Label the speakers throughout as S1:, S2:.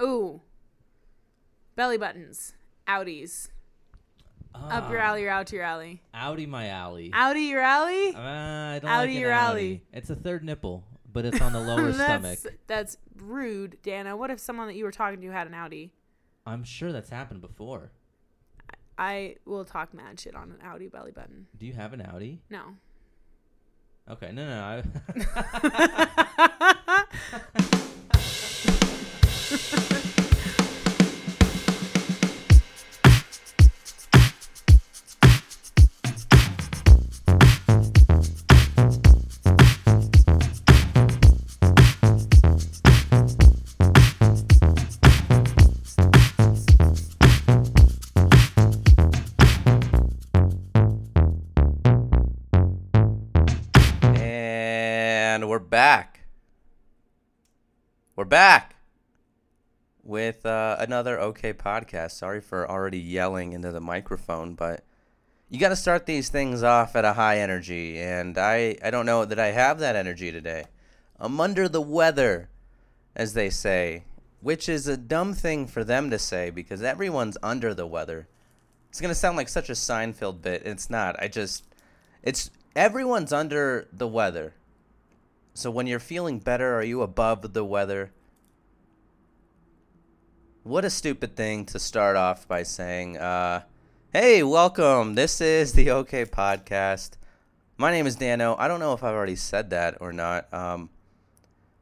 S1: Ooh. Belly buttons. Outies. Up your alley or out your alley.
S2: Outie Ah, my alley.
S1: Outie your alley?
S2: Uh, I don't
S1: Outie
S2: like an
S1: your
S2: outie.
S1: alley.
S2: It's a third nipple, but it's on the lower stomach.
S1: that's, That's rude, Dana. What if someone that you were talking to had an outie?
S2: I'm sure that's happened before.
S1: I will talk mad shit on an outie belly button.
S2: Do you have an outie?
S1: No.
S2: Okay, no, no. I...
S1: That's
S3: And we're back. We're back with uh, another OK podcast. Sorry for already yelling into the microphone, but you got to start these things off at a high energy, and I I don't know that I have that energy today. I'm under the weather, as they say, which is a dumb thing for them to say because everyone's under the weather. It's gonna sound like such a Seinfeld bit. It's not. I just it's everyone's under the weather. So when you're feeling better, are you above the weather? What a stupid thing to start off by saying, uh, hey, welcome. This is the OK Podcast. My name is Dano. I don't know if I've already said that or not. Um,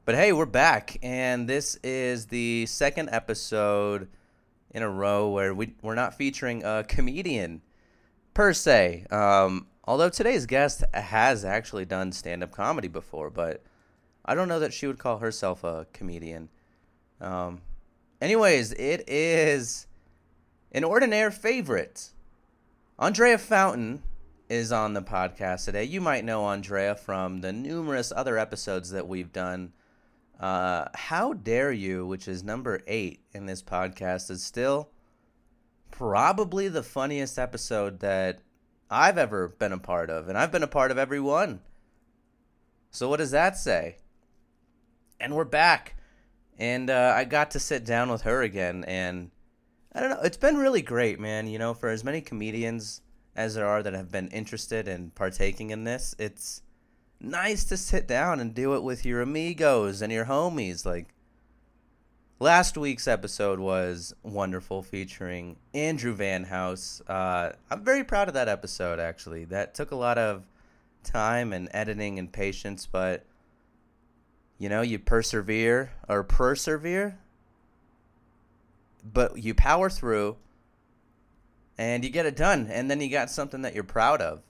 S3: but hey, we're back. And this is the second episode in a row where we, we're not featuring a comedian per se. Um, although today's guest has actually done stand up comedy before, but I don't know that she would call herself a comedian. Um, anyways, it is an ordinaire favorite. Andrea Fountain is on the podcast today. You might know Andrea from the numerous other episodes that we've done. Uh, How Dare You, which is number eight in this podcast, is still probably the funniest episode that I've ever been a part of, and I've been a part of every one. So what does that say? And we're back, and uh, I got to sit down with her again, and I don't know. It's been really great, man. You know, for as many comedians as there are that have been interested in partaking in this, it's nice to sit down and do it with your amigos and your homies, like. Last week's episode was wonderful, featuring Andrew Van House. Uh, I'm very proud of that episode, actually. That took a lot of time and editing and patience, but you know, you persevere or persevere, but you power through and you get it done. And then you got something that you're proud of.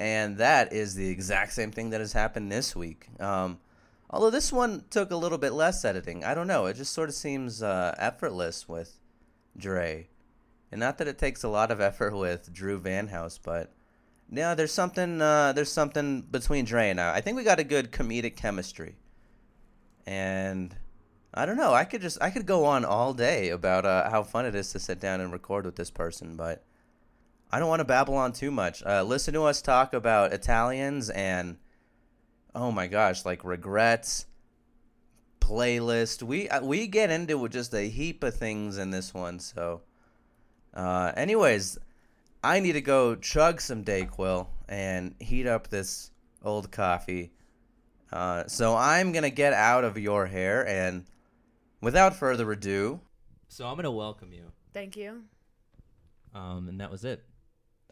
S3: And that is the exact same thing that has happened this week. Um, Although this one took a little bit less editing. I don't know. It just sort of seems uh, effortless with Dre. And not that it takes a lot of effort with Drew Van House, but no, there's something uh, there's something between Dre and I. I think we got a good comedic chemistry. And I don't know. I could just I could go on all day about uh, how fun it is to sit down and record with this person, but I don't want to babble on too much. Uh, listen to us talk about Italians and oh my gosh, like regrets, playlist. We uh, we get into just a heap of things in this one. So, uh, anyways, I need to go chug some Dayquil and heat up this old coffee. Uh, so I'm gonna get out of your hair, and without further ado,
S2: so I'm gonna welcome you.
S1: Thank you.
S2: Um, and that was it.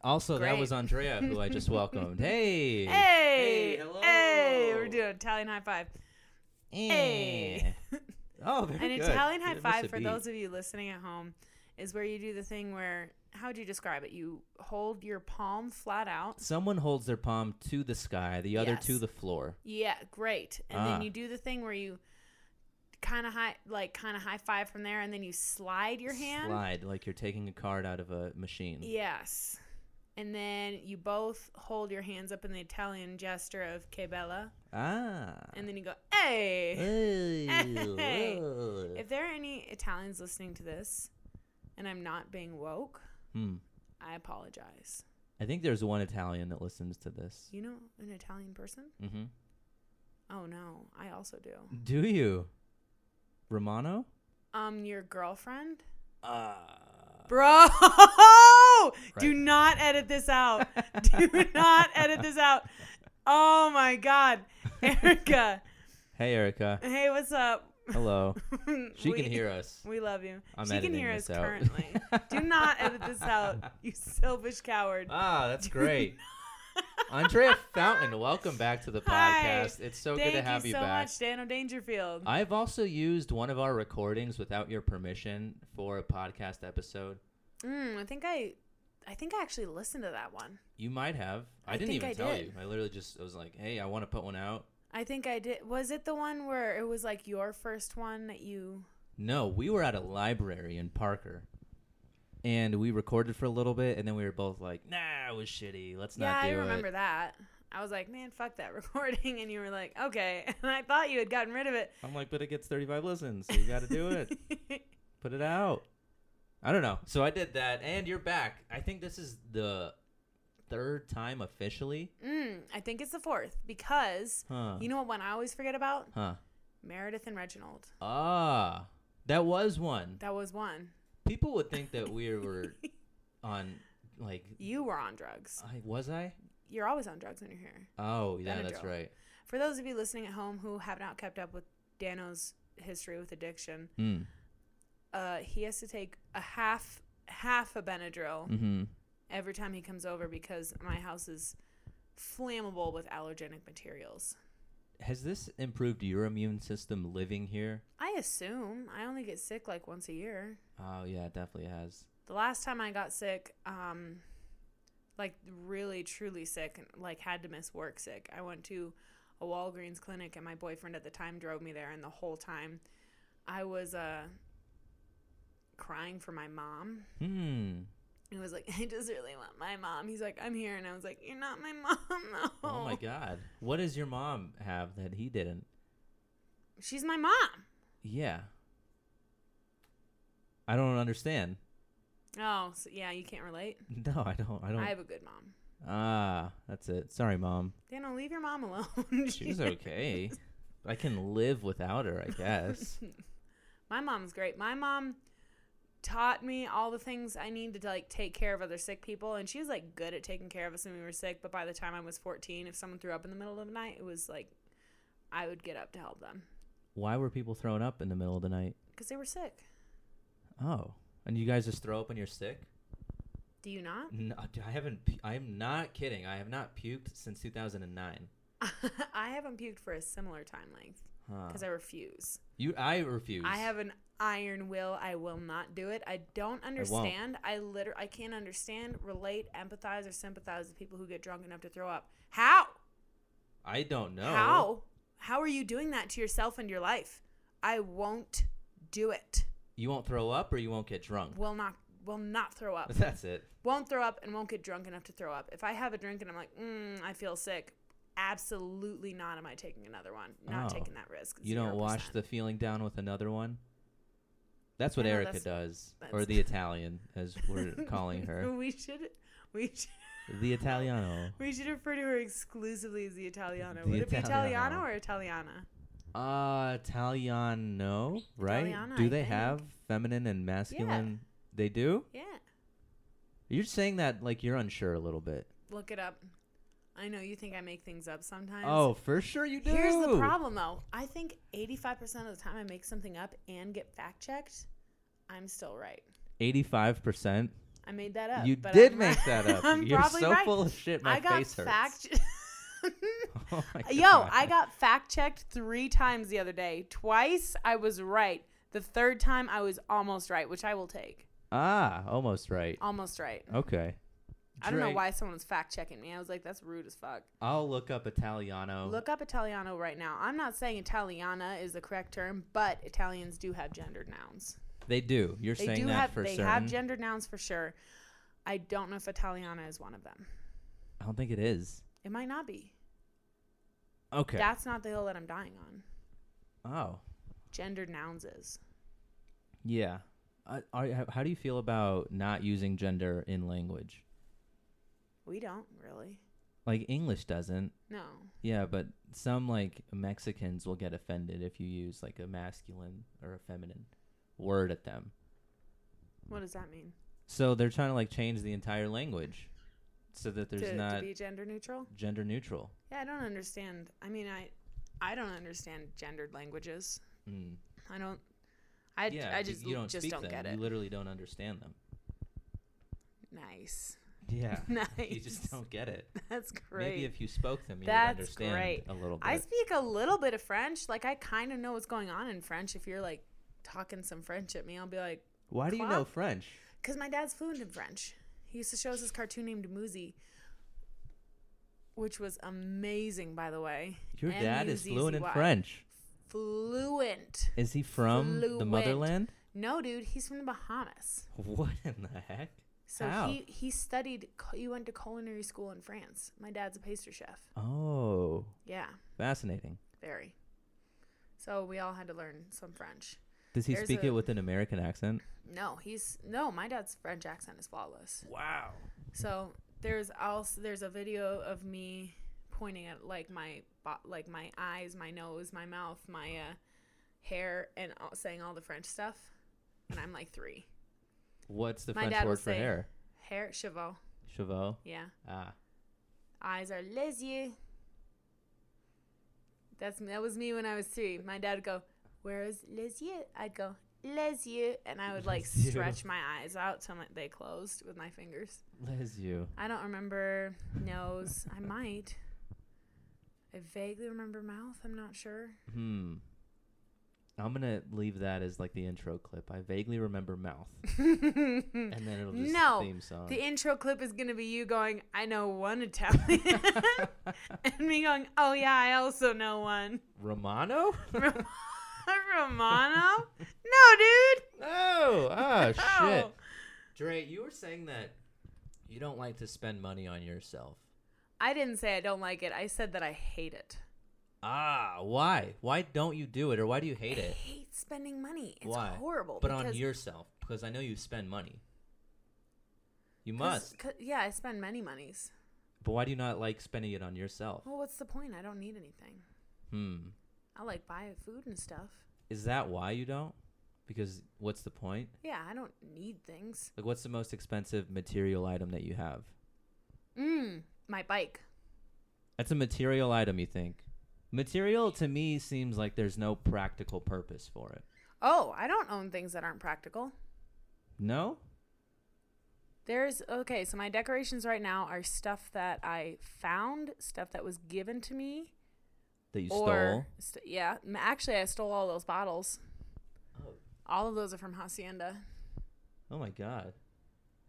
S2: Also, that
S1: Great.
S2: was Andrea, who I just welcomed. Hey.
S1: Hey.
S2: Hey, hello.
S1: Hey, we're doing Italian high five.
S2: Eh. Oh, very
S1: An
S2: good.
S1: Italian
S2: You
S1: high
S2: didn't miss
S1: five
S2: a
S1: for
S2: beat.
S1: those of you listening at home is where you do the thing where how would you describe it? You hold your palm flat out.
S2: Someone holds their palm to the sky, the other to
S1: Yes.
S2: the floor.
S1: Yeah, great. And
S2: Ah.
S1: then you do the thing where you kind of high like kind of high five from there and then you slide your hand.
S2: Slide like you're taking a card out of a machine.
S1: Yes. And then you both hold your hands up in the Italian gesture of che bella
S2: Ah.
S1: and then you go hey.
S2: Ooh,
S1: Hey.
S2: ooh.
S1: If there are any Italians listening to this and I'm not being woke,
S2: Hmm.
S1: I apologize.
S2: I think there's one Italian that listens to this.
S1: You know an Italian person?
S2: hmm
S1: Oh no, I also do.
S2: Do you? Romano?
S1: um your girlfriend?
S3: Uh,
S1: Bro, do not edit this out. do not edit this out. Oh my god. Erica.
S3: hey, Erica.
S1: Hey, what's up?
S3: Hello. She
S1: We-
S3: can hear us.
S1: We love you.
S3: I'm
S1: she can
S3: editing
S1: hear
S3: this
S1: us
S3: out.
S1: currently. Do not edit this out, you selfish coward.
S3: Ah, that's
S1: Do
S3: great. Andrea Fountain, welcome back to the
S1: Hi.
S3: podcast. It's so
S1: Thank
S3: good to have
S1: you,
S3: you,
S1: so
S3: back. Uh,
S1: much, Dano Dangerfield.
S3: I've also used one of our recordings without your permission for a podcast episode.
S1: Mm, I think I, I think I actually listened to that one.
S3: You might have. I,
S1: I
S3: didn't
S1: think
S3: even
S1: I
S3: tell
S1: did.
S3: you. I literally just I was like, "Hey, I want to put one out."
S1: I think I did. Was it the one where it was like your first one that you?
S3: No, we were at a library in Parker. And we recorded for a little bit and then we were both like, "Nah, it was shitty. Let's
S1: yeah,
S3: not do
S1: I
S3: it."
S1: remember that. I was like, man, fuck that recording, and you were like, okay. And I thought you had gotten rid of it.
S3: I'm like, "But it gets 35 listens. So you got to do it." Put it out. I don't know. So I did that, and you're back. I think this is the third time officially.
S1: mm, I think it's the fourth because
S3: Huh.
S1: you know what one I always forget about?
S3: huh.
S1: Meredith and Reginald.
S3: Ah, that was one.
S1: That was one.
S3: People would think that we were on, like,
S1: You were on drugs.
S3: I, was I?
S1: You're always on drugs when you're here.
S3: Oh, yeah, that's
S1: Benadryl.
S3: right.
S1: For those of you listening at home who have not kept up with Dano's history with addiction,
S3: Hmm.
S1: uh, he has to take a half half a Benadryl
S3: Mm-hmm.
S1: every time he comes over because my house is flammable with allergenic materials.
S3: Has this improved your immune system living here?
S1: I assume I only get sick like once a year.
S3: Oh, yeah, it definitely has.
S1: The last time I got sick, um, like really truly sick, and like had to miss work sick. I went to a Walgreens clinic, and my boyfriend at the time drove me there, and the whole time I was uh crying for my mom.
S3: Hmm.
S1: I was like, I just really want my mom. He's like, I'm here, and I was like, you're not my mom though.
S3: Oh my God. What does your mom have that he didn't?
S1: She's my mom.
S3: Yeah. I don't understand.
S1: Oh, so yeah, you can't relate.
S3: No, I don't. I don't.
S1: I have a good mom.
S3: Ah, that's it. Sorry, mom.
S1: Dana, leave your mom alone.
S3: She's okay. I can live without her, I guess.
S1: my mom's great. My mom taught me all the things I need to like take care of other sick people, and she was like good at taking care of us when we were sick. But by the time I was 14, if someone threw up in the middle of the night, it was like I would get up to help them
S3: Why were people throwing up in the middle of the night?
S1: because they were sick.
S3: Oh, and you guys just throw up when you're sick?
S1: Do you not?
S3: No, dude, I haven't. pu- I'm not kidding. I have not puked since 2009.
S1: I haven't puked for a similar time length
S3: Huh.
S1: because I refuse.
S3: You, I refuse.
S1: I have an iron will. I will not do it. I don't understand. I, literally I can't understand, relate, empathize, or sympathize with people who get drunk enough to throw up. How?
S3: I don't know.
S1: How? How are you doing that to yourself and your life? I won't do it.
S3: You won't throw up, or you won't get drunk.
S1: Will not. Will not throw up.
S3: That's it.
S1: won't throw up and won't get drunk enough to throw up. If I have a drink and I'm like, mm, I feel sick. Absolutely not. Am I taking another one? Not
S3: Oh.
S1: taking that risk.
S3: You don't wash
S1: 0%.
S3: the feeling down with another one. That's what
S1: I know,
S3: Erica
S1: that's-
S3: does, or
S1: that's-
S3: the Italian, as we're calling her,
S1: we should. We should.
S3: the Italiano.
S1: We should refer to her exclusively as the Italiano.
S3: The
S1: Would it be Italiano
S3: Italiano.
S1: or Italiana?
S3: Uh, Italiano, right?
S1: Italiana,
S3: do
S1: I
S3: they
S1: think.
S3: have feminine and masculine? They do?
S1: Yeah.
S3: You're saying that like you're unsure a little bit.
S1: Look it up. I know you think I make things up sometimes.
S3: Oh, for sure you do.
S1: Here's the problem though. I think 85% of the time I make something up and get fact checked, I'm still right.
S3: 85%.
S1: I made that up.
S3: you
S1: but
S3: did
S1: I'm
S3: make
S1: right.
S3: that up.
S1: I'm
S3: you're
S1: probably
S3: so
S1: right.
S3: full of shit. My
S1: I got
S3: face hurts.
S1: fact
S3: Oh my
S1: Yo,
S3: God.
S1: I got fact checked three times the other day. Twice I was right. The third time I was almost right, which I will take.
S3: Ah, almost right.
S1: Almost right.
S3: Okay.
S1: I don't know
S3: Drink.
S1: why someone was fact checking me. I was like, that's rude as fuck.
S3: I'll look up Italiano.
S1: Look up Italiano right now. I'm not saying Italiana is the correct term, but Italians do have gendered nouns.
S3: They do. You're
S1: They
S3: saying
S1: do
S3: that
S1: have
S3: for
S1: they
S3: certain.
S1: have gendered nouns for sure. I don't know if Italiana is one of them.
S3: I don't think it is.
S1: It might not be.
S3: Okay.
S1: That's not the hill that I'm dying on.
S3: oh.
S1: Gendered nouns is.
S3: Yeah. Uh, are, how- how do you feel about not using gender in language?
S1: We don't really.
S3: Like English doesn't.
S1: No.
S3: Yeah, but some like Mexicans will get offended if you use like a masculine or a feminine word at them.
S1: What does that mean?
S3: So they're trying to like change the entire language so that there's
S1: to,
S3: not
S1: to be gender neutral?
S3: gender neutral.
S1: Yeah, I don't understand. I mean, I I don't understand gendered languages.
S3: Mm.
S1: I don't. I,
S3: yeah,
S1: I
S3: you-
S1: just
S3: you don't
S1: just
S3: speak
S1: don't
S3: them.
S1: get
S3: You
S1: it.
S3: literally don't understand them.
S1: Nice,
S3: Yeah.
S1: nice.
S3: you just don't get it.
S1: That's great.
S3: Maybe if you spoke them, you
S1: That's
S3: would understand
S1: great.
S3: a little bit.
S1: I speak a little bit of French. Like I kind of know what's going on in French. If you're like talking some French at me, I'll be like,
S3: Why do you know French?
S1: because my dad's fluent in French. He used to show us this cartoon named Muzi, which was amazing, by the way.
S3: Your dad is fluent in
S1: M-U-Z-Z-Y.
S3: French.
S1: Fluent.
S3: Is he from the
S1: Fluent.
S3: motherland?
S1: No, dude, he's from the Bahamas.
S3: What in the heck?
S1: So
S3: How?
S1: he he studied. cu- He went to culinary school in France. My dad's a pastry chef.
S3: Oh,
S1: Yeah,
S3: fascinating.
S1: very. So we all had to learn some French.
S3: Does he
S1: There's
S3: speak
S1: a-
S3: it with an American accent?
S1: No, he's no. My dad's French accent is flawless.
S3: Wow.
S1: So there's also there's a video of me pointing at like my bo- like my eyes, my nose, my mouth, my uh, hair, and all, saying all the French stuff. And I'm like three.
S3: What's the
S1: My
S3: French
S1: dad
S3: word
S1: would
S3: for
S1: say-
S3: hair?
S1: Hair, cheval.
S3: Chevaux.
S1: Yeah.
S3: Ah.
S1: Eyes are les yeux. That's that was me when I was three. My dad would go, "Where is les yeux?" I'd go, "Les yeux," and I would like
S3: Les yeux.
S1: stretch my eyes out till my, they closed with my fingers.
S3: Les you.
S1: I don't remember nose. I might. I vaguely remember mouth. I'm not sure.
S3: Hmm. I'm gonna leave that as like the intro clip. I vaguely remember mouth,
S1: the
S3: and then it'll just
S1: No,
S3: theme song.
S1: intro clip is gonna be you going, "I know one Italian," and me going, "Oh yeah, I also know one."
S3: Romano?
S1: Rom- Romano? No, dude.
S3: No. Ah, shit.
S1: No.
S3: Dre, you were saying that you don't like to spend money on yourself.
S1: I didn't say I don't like it. I said that I hate it.
S3: Ah, why? Why don't you do it, or why do you hate
S1: I
S3: it?
S1: hate spending money. It's
S3: why?
S1: horrible.
S3: But on
S1: because-
S3: yourself, because I know you spend money. You
S1: 'cause-
S3: must.
S1: 'cause- yeah, I spend many monies.
S3: But why do you not like spending it on yourself?
S1: Well, what's the point? I don't need anything.
S3: Hmm.
S1: I like buy food and stuff.
S3: Is that why you don't? Because what's the point?
S1: Yeah, I don't need things.
S3: Like, what's the most expensive material item that you have?
S1: Mm, my bike.
S3: That's a material item, you think? Material to me seems like there's no practical purpose for it.
S1: Oh, I don't own things that aren't practical.
S3: No?
S1: There's okay, so my decorations right now are stuff that I found, stuff that was given to me,
S3: That you
S1: or st- yeah, m- actually I stole all those bottles.
S3: stole?
S1: All of those are from Hacienda.
S3: Oh my god.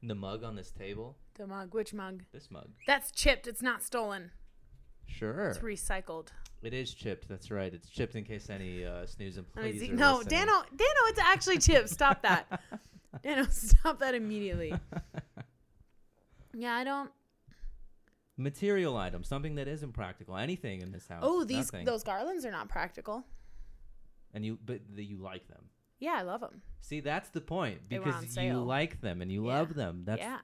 S3: And the mug on this table?
S1: The mug, which mug?
S3: This mug.
S1: That's chipped. It's not stolen.
S3: Sure.
S1: It's recycled.
S3: It is chipped. That's right. It's chipped in case any uh, snooze
S1: Let me
S3: employees.
S1: see.
S3: are
S1: No,
S3: listening.
S1: Dano, Dano, it's actually chipped. Stop that. Dano, stop that immediately. Yeah, I don't.
S3: Material item, something that isn't practical. Anything in this house.
S1: Oh, these
S3: nothing.
S1: those garlands are not practical.
S3: And you, but the, you like them.
S1: Yeah, I love them.
S3: See, that's the point
S1: They were on
S3: because you
S1: sale.
S3: like them and you
S1: Yeah.
S3: love them. That's
S1: yeah,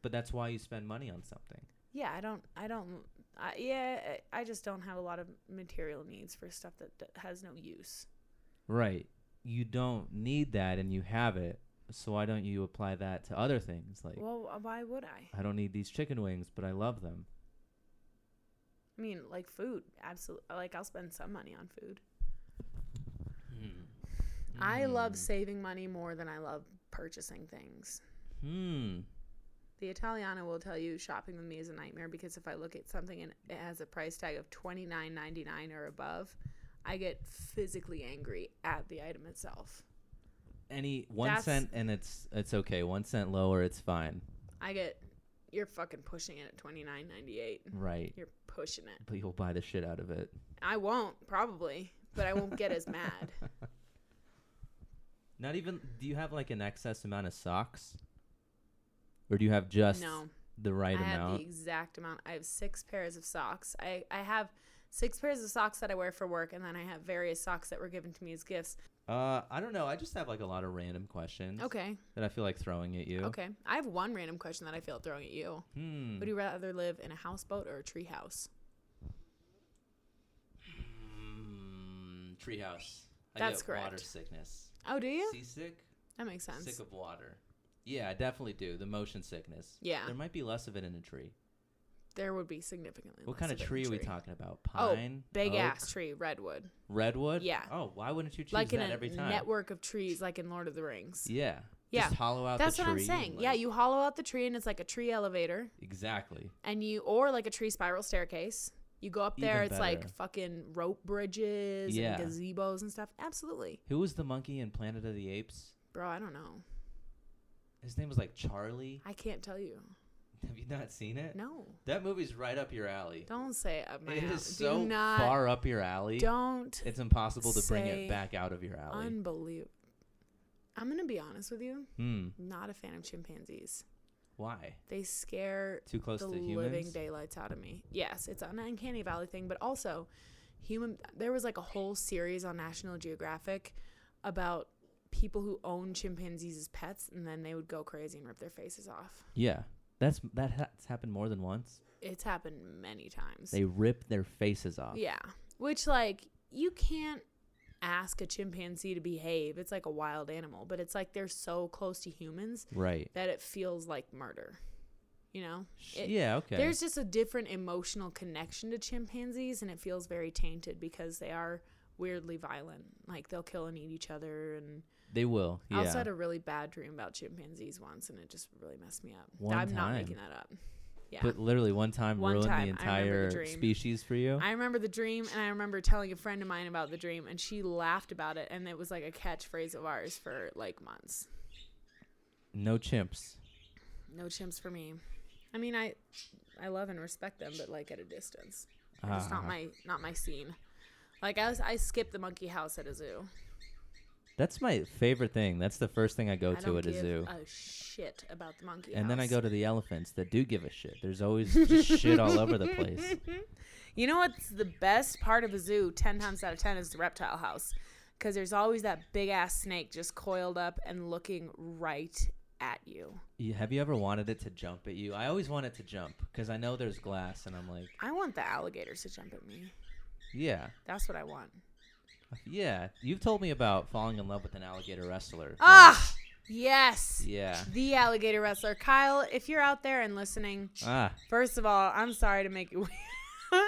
S3: but that's why you spend money on something.
S1: yeah. I don't. I don't. I, yeah, I I just don't have a lot of material needs for stuff that, that has no use.
S3: Right. You don't need that and you have it. So why don't you apply that to other things? Like
S1: Well, uh, why would I?
S3: I don't need these chicken wings, but I love them.
S1: I mean, like food. Absolutely. Like I'll spend some money on food.
S3: Hmm.
S1: I love saving money more than I love purchasing things.
S3: Hmm.
S1: The Italiana will tell you shopping with me is a nightmare because if I look at something and it has a price tag of twenty nine ninety nine or above, I get physically angry at the item itself.
S3: Any one cent
S1: That's-
S3: and it's it's okay. One cent lower, it's fine.
S1: I get you're fucking pushing it at twenty nine ninety eight.
S3: Right.
S1: You're pushing it.
S3: But you'll buy the shit out of it.
S1: I won't probably, but I won't get as mad.
S3: Not even. Do you have like an excess amount of socks? Or do you have just
S1: no,
S3: the right
S1: I have
S3: amount?
S1: the exact amount. I have six pairs of socks. I I have six pairs of socks that I wear for work, and then I have various socks that were given to me as gifts.
S3: Uh, I don't know. I just have like a lot of random questions
S1: Okay,
S3: that I feel like throwing at you.
S1: okay. I have one random question that I feel throwing at you.
S3: Hmm.
S1: Would you rather live in a houseboat or a treehouse?
S3: Mm, treehouse. I
S1: That's
S3: get Water
S1: correct.
S3: sickness.
S1: Oh, do you?
S3: Seasick?
S1: That makes sense.
S3: Sick of water. Yeah, I definitely do. The motion sickness.
S1: Yeah.
S3: There might be less of it in a tree.
S1: there would be significantly.
S3: What
S1: less
S3: kind of
S1: it in
S3: tree are we talking about? Pine?
S1: oh, big
S3: oak,
S1: ass tree, redwood,
S3: Redwood?
S1: Yeah.
S3: Oh, why wouldn't you choose
S1: like in
S3: that
S1: a
S3: every time?
S1: network of trees, like in Lord of the Rings.
S3: Yeah.
S1: Yeah.
S3: Just hollow out
S1: That's
S3: the
S1: what
S3: tree.
S1: I'm saying.
S3: like-
S1: yeah, you hollow out the tree, and it's like a tree elevator,
S3: Exactly.
S1: and you or like a tree spiral staircase. You go up there,
S3: Even
S1: it's
S3: better.
S1: like fucking rope bridges
S3: Yeah.
S1: and gazebos and stuff. Absolutely,
S3: Who was the monkey in Planet of the Apes?
S1: bro. I don't know.
S3: His name was like Charlie.
S1: I can't tell you.
S3: Have you not seen it?
S1: No,
S3: That movie's right up your alley.
S1: don't say it. Up my
S3: It
S1: alley.
S3: is so
S1: Do not.
S3: far up your alley.
S1: Don't.
S3: It's impossible to bring
S1: say
S3: it back out of your alley.
S1: Unbelievable. I'm gonna be honest with you.
S3: hmm.
S1: Not a fan of chimpanzees.
S3: Why?
S1: They scare
S3: Too close
S1: the
S3: to
S1: living
S3: humans.
S1: daylights out of me. Yes, it's an uncanny valley thing, but also human there was like a whole series on National Geographic about people who own chimpanzees as pets and then they would go crazy and rip their faces off.
S3: yeah, that's that ha- that's happened more than once.
S1: It's happened many times.
S3: They rip their faces off.
S1: yeah. Which like you can't ask a chimpanzee to behave. It's like a wild animal, but it's like they're so close to humans
S3: Right.
S1: that it feels like murder. You know?
S3: Sh
S1: It-
S3: yeah. Okay.
S1: There's just a different emotional connection to chimpanzees, and it feels very tainted because they are weirdly violent. Like they'll kill and eat each other. And
S3: they will.
S1: I
S3: Yeah.
S1: also had a really bad dream about chimpanzees once, and it just really messed me up.
S3: One
S1: I'm not
S3: time.
S1: making that up. Yeah,
S3: But literally one time
S1: One
S3: ruined
S1: time,
S3: the
S1: I remember the
S3: entire
S1: dream.
S3: species for you.
S1: I remember the dream, and I remember telling a friend of mine about the dream, and she laughed about it, and it was like a catchphrase of ours for like months.
S3: no chimps.
S1: No chimps for me. I mean, I I love and respect them, but like at a distance. It's just not
S3: Ah.
S1: my not my scene. Like I was, I skipped the monkey house at a zoo.
S3: That's my favorite thing. That's the first thing I go
S1: I
S3: to
S1: don't
S3: at a
S1: give
S3: zoo.
S1: a shit about the monkey
S3: and then I
S1: house.
S3: go to the elephants that do give a shit. There's always just shit all over the place.
S1: You know what's the best part of a zoo? Ten times out of ten is the reptile house, because there's always that big ass snake just coiled up and looking right at you.
S3: You- Have you ever wanted it to jump at you? I always want it to jump because I know there's glass, and I'm like,
S1: I want the alligators to jump at me.
S3: yeah,
S1: That's what I want.
S3: yeah. You've told me about falling in love with an alligator wrestler.
S1: Ah, yes.
S3: Yeah.
S1: The alligator wrestler, Kyle. If you're out there and listening,
S3: Ah,
S1: first of all, I'm sorry to make you.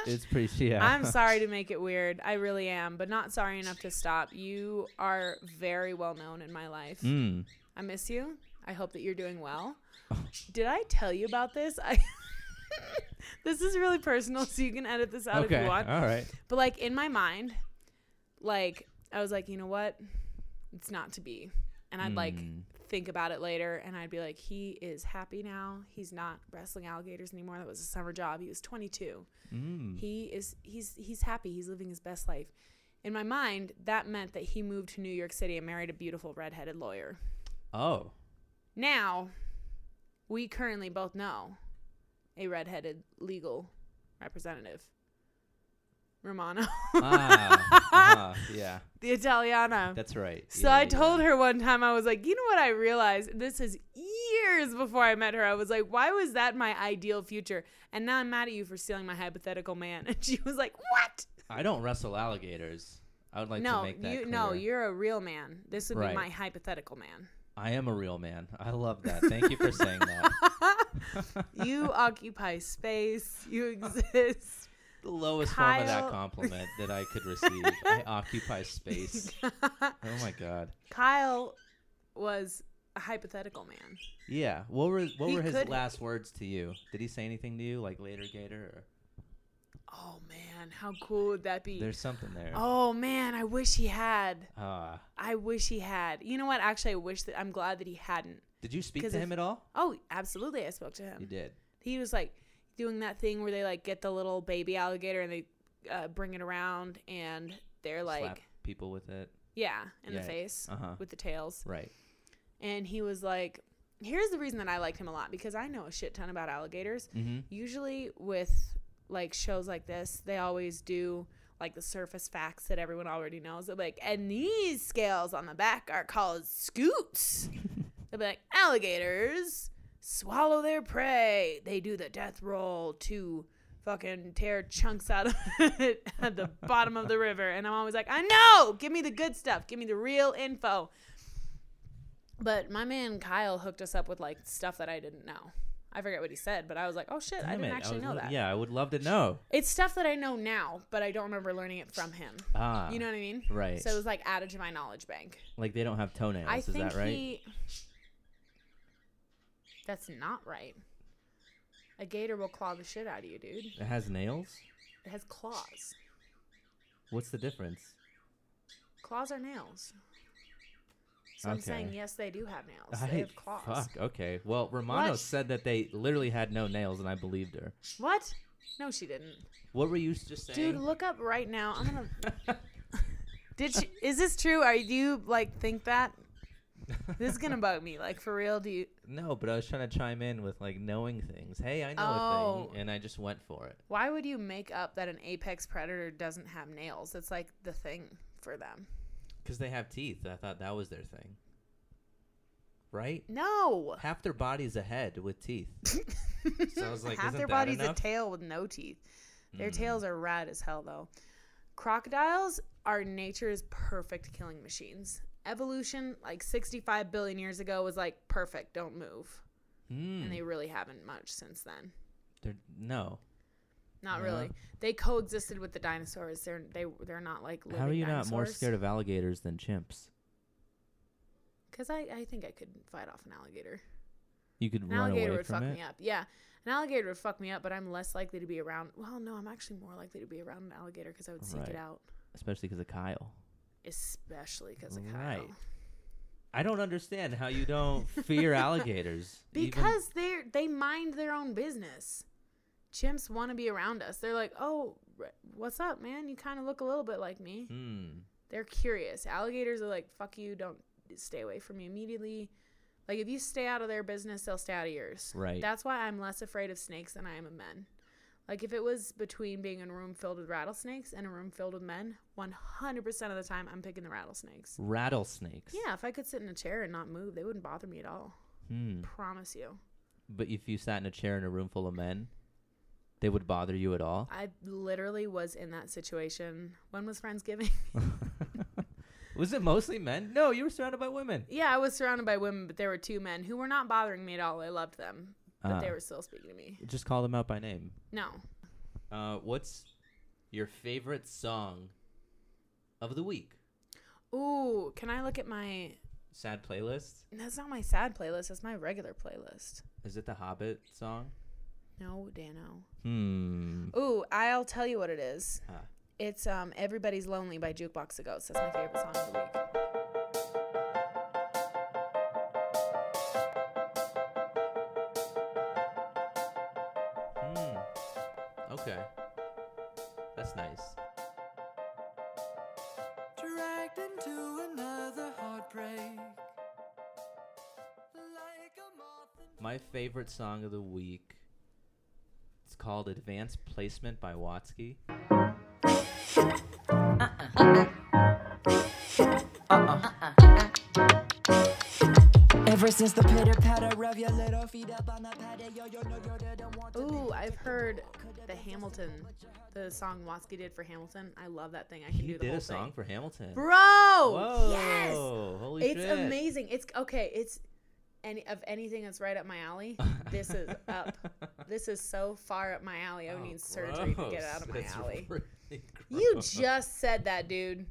S3: it's pretty. Yeah.
S1: I'm sorry to make it weird. I really am, but not sorry enough to stop. You are very well known in my life.
S3: Mm.
S1: I miss you. I hope that you're doing well.
S3: Oh.
S1: Did I tell you about this? I This is really personal, so you can edit this out if
S3: Okay.
S1: you
S3: All
S1: want.
S3: right.
S1: But like in my mind, like I was like, you know what? It's not to be. And I'd like
S3: Mm.
S1: think about it later and I'd be like, he is happy now. He's not wrestling alligators anymore. That was a summer job. He was 22.
S3: Mm.
S1: He is he's he's happy. He's living his best life. In my mind, that meant that he moved to New York City and married a beautiful redheaded lawyer.
S3: Oh.
S1: Now, we currently both know a redheaded legal representative. Romano,
S3: Ah. ah, Yeah.
S1: the Italiana.
S3: That's right.
S1: So I told her one time, I was like, you know what I realized? This is years before I met her. I was like, why was that my ideal future? And now I'm mad at you for stealing my hypothetical man. And she was like, what?
S3: I don't wrestle alligators. I would like
S1: no,
S3: to make that
S1: you no,
S3: clear.
S1: you're a real man. This would
S3: Right.
S1: be my hypothetical man.
S3: I am a real man. I love that. Thank you for saying that.
S1: You occupy space. You exist.
S3: The lowest form of
S1: Kyle-
S3: that compliment that I could receive. I occupy space. Oh my god.
S1: Kyle was a hypothetical man.
S3: Yeah. What were what
S1: He
S3: were his
S1: could-
S3: last words to you? Did he say anything to you like later, Gator?
S1: Oh man, how cool would that
S3: Or
S1: be?
S3: there's something there.
S1: Oh man, I wish he had.
S3: Ah.
S1: I wish he had. You know what? Actually, I wish that I'm glad that he hadn't.
S3: did you speak
S1: 'Cause
S3: to
S1: if-
S3: him at all?
S1: Oh, absolutely. I spoke to him.
S3: You did.
S1: He was like doing that thing where they like get the little baby alligator and they uh, bring it around and they're like,
S3: Slap people with it.
S1: yeah, in
S3: Yeah.
S1: the face
S3: Uh huh.
S1: with the tails.
S3: Right.
S1: and he was like here's the reason that i liked him a lot because i know a shit ton about alligators
S3: Mm-hmm.
S1: usually with like shows like this they always do like the surface facts that everyone already knows They're like and these scales on the back are called scoots they'll be like alligators swallow their prey they do the death roll to fucking tear chunks out of it at the bottom of the river. And I'm always like, I know, give me the good stuff, give me the real info. But my man Kyle hooked us up with like stuff that I didn't know. I forget what he said, but I was like, oh shit, I
S3: Damn
S1: didn't
S3: it,
S1: actually
S3: was
S1: know
S3: lo-
S1: that.
S3: Yeah, I would love to know.
S1: It's stuff that I know now, but I don't remember learning it from him.
S3: Ah,
S1: You know what I mean?
S3: right.
S1: So it was like added to my knowledge bank.
S3: like they don't have toenails.
S1: I
S3: is
S1: think
S3: that right?
S1: he. That's not right. A gator will claw the shit out of you, dude.
S3: It has nails.
S1: It has claws.
S3: What's the difference?
S1: Claws are nails. So I'm saying
S3: Okay.
S1: yes, they do have nails. They have claws.
S3: Fuck. Okay. Well, Romano
S1: What?
S3: said that they literally had no nails, and I believed her.
S1: What? No, she didn't.
S3: What were you just saying?
S1: Dude, look up right now. I'm gonna. Did she? Is this true? Are you like think that? This is gonna bug me. Like for real? Do you?
S3: no, but I was trying to chime in with like knowing things. Hey, I know a
S1: Oh.
S3: thing, and I just went for it.
S1: Why would you make up that an apex predator doesn't have nails? It's like the thing for them.
S3: Because they have teeth. I thought that was their thing. Right?
S1: No.
S3: Half their body's a head with teeth. So I was like,
S1: half
S3: isn't
S1: their
S3: that
S1: body's
S3: enough? Hmm.
S1: a tail with no teeth. Their tails are rad as hell, though. Crocodiles are nature's perfect killing machines. Evolution, like 65 billion years ago, was like perfect, don't move.
S3: Mm,
S1: And they really haven't much since then.
S3: they're, no.
S1: Not
S3: No.
S1: really. They coexisted with the dinosaurs. They're they they're not like living
S3: How are you not more scared of alligators than chimps?
S1: Because I, I think I could fight off an alligator.
S3: You could
S1: An
S3: run
S1: alligator
S3: away
S1: would
S3: from
S1: fuck
S3: it.
S1: me up. Yeah, an alligator would fuck me up, but I'm less likely to be around. Well, no, I'm actually more likely to be around an alligator because I would seek
S3: Right.
S1: it out,
S3: especially because of Kyle.
S1: especially because of Kyle.
S3: Right. I don't understand how you don't fear alligators. even-
S1: Because they're they mind their own business. Chimps want to be around us. They're like, oh, r- what's up, man? You kind of look a little bit like me.
S3: Hmm.
S1: They're curious. Alligators are like, fuck you, don't stay away from me immediately. Like if you stay out of their business, they'll stay out of yours.
S3: Right.
S1: That's why I'm less afraid of snakes than I am of men. Like if it was between being in a room filled with rattlesnakes and a room filled with men, 100% of the time I'm picking the rattlesnakes.
S3: rattlesnakes.
S1: Yeah, if I could sit in a chair and not move, they wouldn't bother me at all.
S3: Hmm.
S1: Promise you.
S3: But if you sat in a chair in a room full of men, they would bother you at all.
S1: I literally was in that situation. When was Friendsgiving?
S3: Was it mostly men? No, you were surrounded by women.
S1: yeah, I was surrounded by women, but there were two men who were not bothering me at all. I loved them, but
S3: Ah.
S1: they were still speaking to me.
S3: Just call them out by name.
S1: No.
S3: Uh, what's your favorite song of the week?
S1: Ooh, can I look at my?
S3: Sad playlist.
S1: That's not my sad playlist. That's my regular playlist.
S3: Is it the Hobbit song?
S1: No, Dano.
S3: Hmm.
S1: Ooh, I'll tell you what it is.
S3: Ah.
S1: It's um "Everybody's Lonely" by Jukebox of Ghosts. That's my favorite song of the week.
S3: Hmm. Okay. That's nice.
S4: dragged into another heartbreak. Like a moth in
S3: My favorite song of the week. It's called "Advanced Placement" by Watsky.
S4: Ever since the pitter patter of your little feet up on the patio, you know you didn't want to
S1: Ooh, I've heard the Hamilton, the song Watsky did for Hamilton. I love that thing. I can
S3: He
S1: do the
S3: did
S1: whole
S3: a song
S1: thing.
S3: for Hamilton.
S1: Bro,
S3: Whoa!
S1: yes,
S3: Holy
S1: it's
S3: shit!
S1: amazing. It's okay. It's any of anything that's right up my alley. This is up. This is so far up my alley. I would
S3: Oh,
S1: need surgery to get
S3: gross.
S1: out of my
S3: That's
S1: alley.
S3: really
S1: You
S3: gross.
S1: just said that, dude.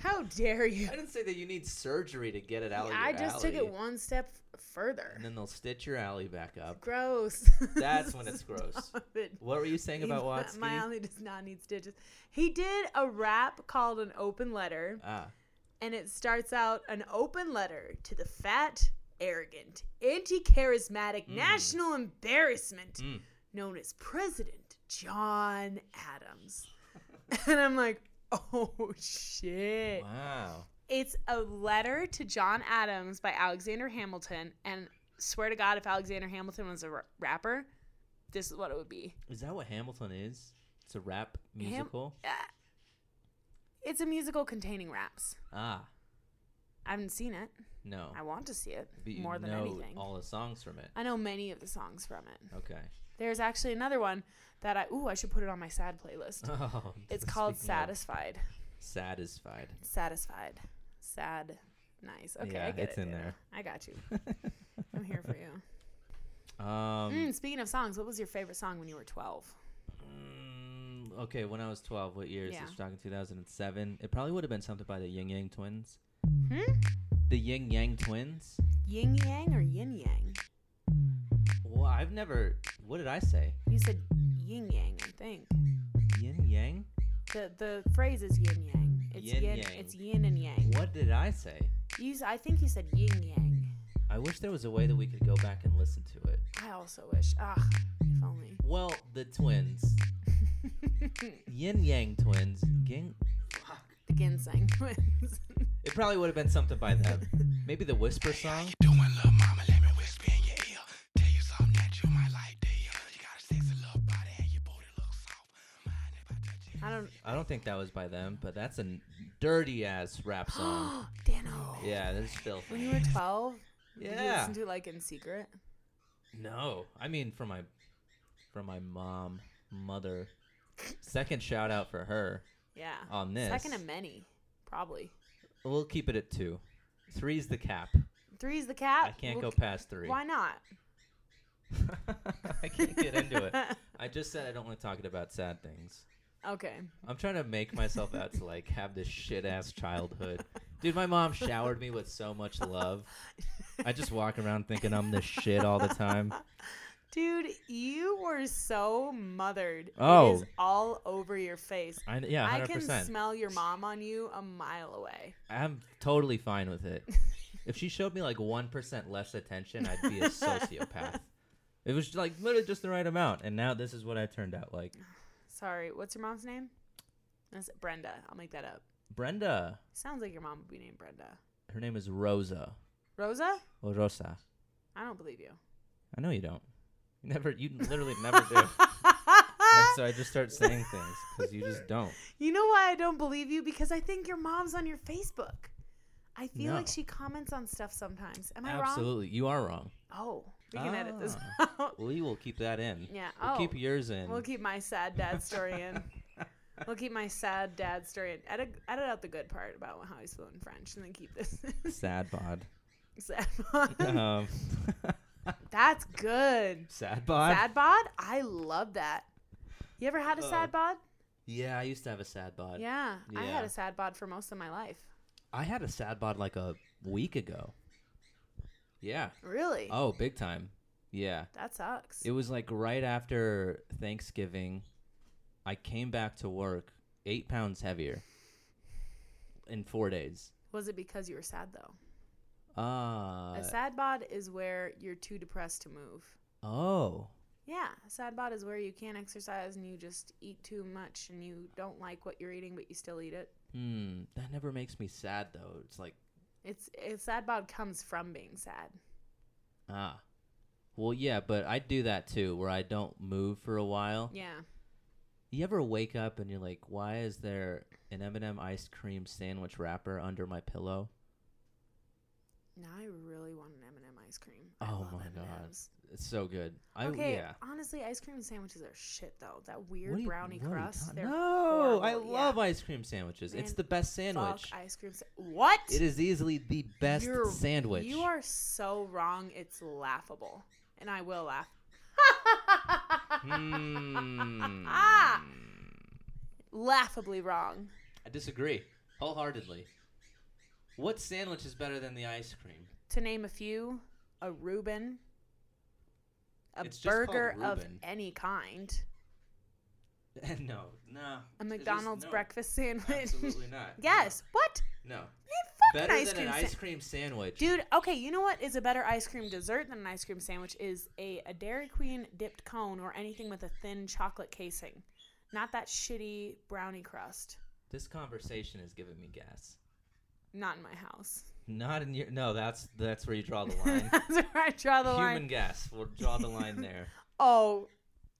S1: How dare you?
S3: I didn't say that you need surgery to get it out. of your
S1: I just took
S3: alley.
S1: it one step f- further.
S3: And then they'll stitch your alley back up.
S1: Gross.
S3: That's when it's gross.
S1: Stop it.
S3: What were you saying
S1: He's
S3: about
S1: not-
S3: Watsky?
S1: My alley does not need stitches. He did a rap called an open letter,
S3: ah,
S1: and it starts out an open letter to the fat, arrogant, anti-charismatic national embarrassment
S3: Mm.
S1: known as President John Adams. and I'm like, oh shit.
S3: wow.
S1: It's a letter to John Adams by Alexander Hamilton, and swear to God, if Alexander Hamilton was a ra- rapper, this is what it would be.
S3: Is that what Hamilton is? It's a rap
S1: Ham-
S3: musical.
S1: Ah. It's a musical containing raps.
S3: ah,
S1: I haven't seen it.
S3: no.
S1: I want to see it
S3: But you
S1: more than
S3: know
S1: anything.
S3: all the songs from it.
S1: I know many of the songs from it.
S3: Okay.
S1: There's actually another one that I ooh I should put it on my sad playlist.
S3: Oh,
S1: It's called
S3: speaking of
S1: Satisfied.
S3: Satisfied.
S1: Satisfied. Sad. Nice. Okay,
S3: Yeah,
S1: I get
S3: it's
S1: it.
S3: in
S1: Dana.
S3: there.
S1: I got you. I'm here for you.
S3: Um,
S1: Mm, speaking of songs, what was your favorite song when you were 12?
S3: mm, okay, when I was 12, what year is
S1: Yeah.
S3: this? Talking 2007. It probably would have been something by the Ying Yang Twins.
S1: Hmm?
S3: The Ying Yang Twins?
S1: Yin Yang or Yin Yang?
S3: Well, I've never. What did I say?
S1: You said Yin Yang, I think.
S3: Yin Yang?
S1: The the phrase is Yin Yang. It's
S3: Yin
S1: yin,
S3: yang.
S1: it's Yin and Yang.
S3: What did I say?
S1: You s- I think you said Yin Yang.
S3: I wish there was a way that we could go back and listen to it.
S1: I also wish. Ah, if only.
S3: Well, the twins, Yin Yang twins, Ging.
S1: the ginseng twins.
S3: It probably would have been something by them. Maybe the Whisper song.
S5: doing, little mama? Let me whisper in your ear. Tell you something that you might like to hear. You got a sexy little body and your booty looks soft. Mind if I touch it?
S1: I don't.
S3: I don't think that was by them, but that's a dirty ass rap song.
S1: Dano.
S3: yeah, that's filthy.
S1: When you were 12, did you
S3: Yeah.
S1: listen to it, like in secret?
S3: No, I mean from my, from my mom, mother. Second shout out for her.
S1: Yeah.
S3: On this.
S1: Second of many, probably.
S3: We'll keep it at two. Three's the cap.
S1: Three's the cap.
S3: I can't
S1: We'll-
S3: go past three.
S1: Why not?
S3: I can't get into it. I just said I don't want to talk about sad things.
S1: Okay.
S3: I'm trying to make myself out to like have this shit ass childhood. Dude, my mom showered me with so much love. I just walk around thinking I'm the shit all the time.
S1: Dude, you were so mothered. It
S3: Oh.
S1: is all over your face.
S3: I, yeah,
S1: I
S3: 100%.
S1: can smell your mom on you a mile away.
S3: I'm totally fine with it. If she showed me like 1% less attention, I'd be a sociopath. It was like literally just the right amount. And now this is what I turned out like.
S1: Sorry, what's your mom's name? That's Brenda. I'll make that up.
S3: Brenda,
S1: Sounds like your mom would be named Brenda.
S3: her name is Rosa.
S1: Rosa?
S3: Or Rosa.
S1: I don't believe you.
S3: I know you don't. You never, you literally never do. Like, so I just start saying things because you just don't.
S1: You know why I don't believe you? Because I think your mom's on your Facebook. I feel like
S3: No.
S1: she comments on stuff sometimes. Am I wrong?
S3: Absolutely, you are wrong.
S1: Oh, we can edit this
S3: Ah.
S1: out.
S3: We will keep that in.
S1: Yeah,
S3: We'll
S1: oh.
S3: keep yours in.
S1: We'll keep my sad dad story in. We'll keep my sad dad story in. Edit, edit out the good part about how he's feeling French and then keep this
S3: sad bod.
S1: sad bod.
S3: Um,
S1: That's good.
S3: sad bod.
S1: Sad bod? I love that. You ever had a sad bod?
S3: Yeah, I used to have a sad bod.
S1: Yeah, I had
S3: Oh, yeah.
S1: a sad bod for most of my life.
S3: I had a sad bod like a week ago. Yeah.
S1: Really?
S3: Oh, big time. Yeah.
S1: That sucks.
S3: It was like right after Thanksgiving. I came back to work eight pounds heavier in four days.
S1: was it because you were sad though?
S3: Ah.
S1: a sad bod is where you're too depressed to move.
S3: oh.
S1: Yeah, a sad bod is where you can't exercise and you just eat too much and you don't like what you're eating but you still eat it.
S3: Hmm. That never makes me sad though. It's like
S1: It's a sad bod comes from being sad.
S3: Ah. Well, yeah, but I do that too, where I don't move for a while.
S1: Yeah.
S3: You ever wake up and you're like, why is there an M&M ice cream sandwich wrapper under my pillow?
S1: Now I really want an M&M ice cream. I
S3: Oh
S1: love
S3: my god,
S1: M&Ms.
S3: it's so good. I
S1: okay,
S3: yeah.
S1: honestly, ice cream sandwiches are shit though. That weird
S3: What are you-
S1: brownie
S3: what are you
S1: crust.
S3: ta-
S1: They're
S3: no, I
S1: horrible. Yeah.
S3: love ice cream sandwiches. it's
S1: Man,
S3: the best
S1: Fuck
S3: sandwich.
S1: ice cream. Sa- what?
S3: It is easily the best
S1: You're-
S3: sandwich.
S1: You are so wrong. It's laughable, and I will laugh.
S3: Hmm.
S1: Ah, laughably wrong.
S3: I disagree wholeheartedly. What sandwich is better than the ice cream?
S1: To name a few, a Reuben, a
S3: It's just called
S1: burger of
S3: Reuben.
S1: any kind,
S3: no, no.
S1: a
S3: It is-
S1: McDonald's
S3: no.
S1: breakfast sandwich.
S3: Absolutely not.
S1: yes. What?
S3: No.
S1: Eh, Fucking
S3: Better
S1: ice
S3: than
S1: cream.
S3: an
S1: sa-
S3: ice cream sandwich.
S1: Dude, okay, you know what is a better ice cream dessert than an ice cream sandwich is a, a Dairy Queen dipped cone or anything with a thin chocolate casing. Not that shitty brownie crust.
S3: This conversation is giving me gas.
S1: Not in my house.
S3: Not in your. No, that's that's where you draw the line.
S1: That's where I draw the
S3: Human
S1: line.
S3: gas. We'll draw the line there.
S1: Oh,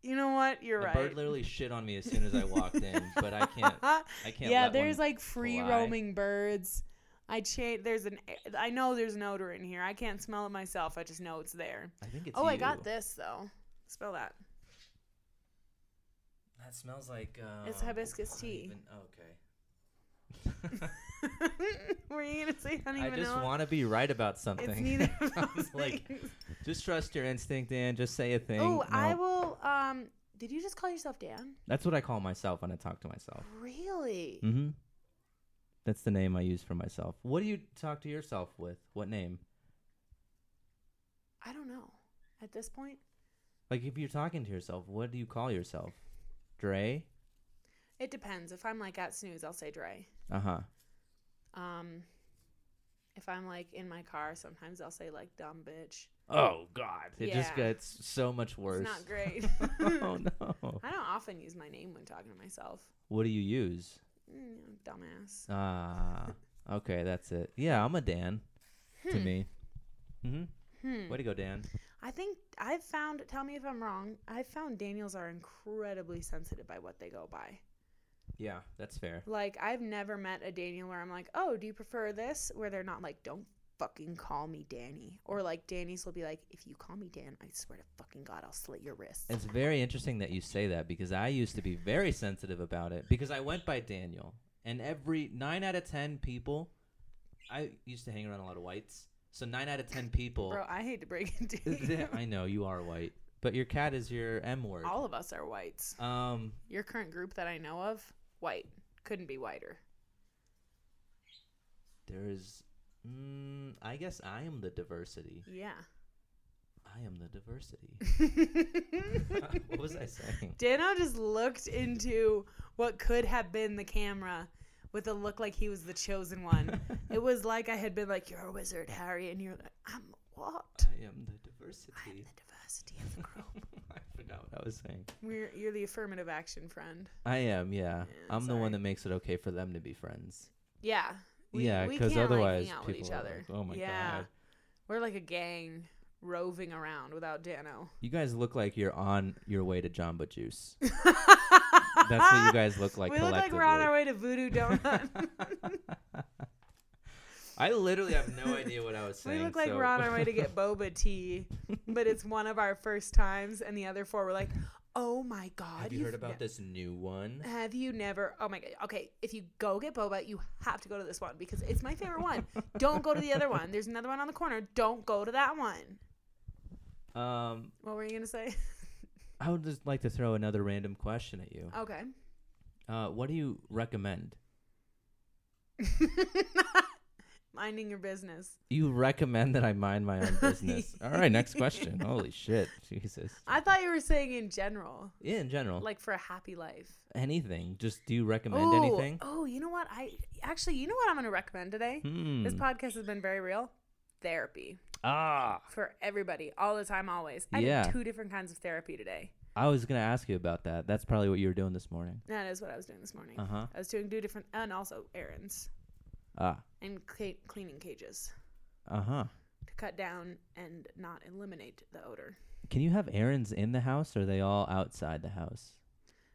S1: you know what? You're
S3: A
S1: right.
S3: bird literally shit on me as soon as I walked in, but I can't. I can't.
S1: yeah,
S3: let
S1: there's
S3: one
S1: like free
S3: fly.
S1: roaming birds. I cha- There's an. I know there's an odor in here. I can't smell it myself. I just know it's there.
S3: I think it's.
S1: oh, I
S3: you.
S1: got this though. Spell that.
S3: That smells like. Um,
S1: It's hibiscus
S3: I
S1: tea.
S3: even- oh, okay.
S1: Were you gonna say honey
S3: I just
S1: vanilla?
S3: want to be right about something.
S1: it's neither of
S3: I
S1: those
S3: was like,
S1: things.
S3: just trust your instinct, Dan. Just say a thing.
S1: Oh, I
S3: Nope.
S1: will. Um, did you just call yourself Dan?
S3: That's what I call myself when I talk to myself.
S1: Really?
S3: Mm-hmm. That's the name I use for myself. What do you talk to yourself with? What name?
S1: I don't know. At this point,
S3: Like if you're talking to yourself, what do you call yourself? Dre?
S1: it depends. If I'm like at snooze, I'll say Dre.
S3: Uh huh.
S1: Um, if I'm like in my car, sometimes I'll say like dumb bitch.
S3: Oh God! It just
S1: Yeah.
S3: gets so much worse.
S1: It's not great.
S3: oh no!
S1: I don't often use my name when talking to myself.
S3: What do you use?
S1: Mm, I'm a dumbass.
S3: Ah, okay, that's it. Yeah, I'm a Dan. To me. Mm-hmm.
S1: Hmm.
S3: Way to go, Dan.
S1: I think I've found. Tell me if I'm wrong. I've found Daniels are incredibly sensitive by what they go by.
S3: Yeah, that's fair.
S1: Like I've never met a Daniel where I'm like, oh, do you prefer this? Where they're not like, don't fucking call me Danny, or like Danny's will be like, if you call me Dan, I swear to fucking God, I'll slit your wrists.
S3: It's very interesting that you say that because I used to be very sensitive about it because I went by Daniel, and every nine out of ten people, I used to hang around a lot of whites, so nine out of ten people.
S1: Bro, I hate to break it to you.
S3: I know you are white, but your cat is your M word.
S1: All of us are whites.
S3: Um,
S1: Your current group that I know of, white. Couldn't be whiter.
S3: there is. Mm, I guess I am the diversity.
S1: Yeah.
S3: I am the diversity. what was I saying?
S1: Dano just looked into what could have been the camera with a look like he was the chosen one. it was like I had been like, You're a wizard, Harry, and you're like, I'm what?
S3: I am the
S1: I'm
S3: diversity.
S1: the diversity of the group.
S3: I forgot what I was saying.
S1: We're, you're the affirmative action friend.
S3: I am, yeah. I'm the
S1: sorry.
S3: one that makes it okay for them to be friends.
S1: Yeah. We,
S3: Yeah,
S1: we
S3: 'cause
S1: can't, like, hang
S3: otherwise
S1: out with each
S3: people are
S1: other.
S3: like, "Oh my God."
S1: We're like a gang roving around without Dano.
S3: You guys look like you're on your way to Jamba Juice. That's what you guys look like
S1: we look like we're on our
S3: collectively.
S1: way to Voodoo Donut.
S3: I literally have no idea what I was saying.
S1: we look like we're
S3: so-
S1: on our way to get boba tea, but it's one of our first times, and the other four were like, "Oh my god,
S3: Have you
S1: you've
S3: heard about
S1: ne-
S3: this new one?
S1: Have you never? Oh my god. Okay, if you go get boba, you have to go to this one because it's my favorite one. Don't go to the other one. There's another one on the corner. Don't go to that one.
S3: Um,
S1: What were you gonna say?
S3: I would just like to throw another random question at you.
S1: Okay.
S3: Uh, what do you recommend?
S1: Minding your business.
S3: You recommend that I mind my own business. All right, next question. Holy shit, Jesus.
S1: I thought you were saying in general,
S3: Yeah, in general,
S1: like for a happy life.
S3: anything. Just do you Oh. recommend
S1: Ooh,
S3: anything?
S1: Oh, you know what? I actually, you know what I'm going to recommend today?
S3: Hmm.
S1: This podcast has been very real. Therapy
S3: Ah,
S1: for everybody, all the time, always. I
S3: Yeah.
S1: did two different kinds of therapy today.
S3: I was gonna ask you about that. That's probably what you were doing this morning.
S1: That is what I was doing this morning.
S3: Uh-huh.
S1: I was doing two different, and also errands
S3: Ah,
S1: and cl- cleaning cages
S3: uh huh.
S1: to cut down and not eliminate the odor.
S3: Can you have errands in the house, or are they all outside the house?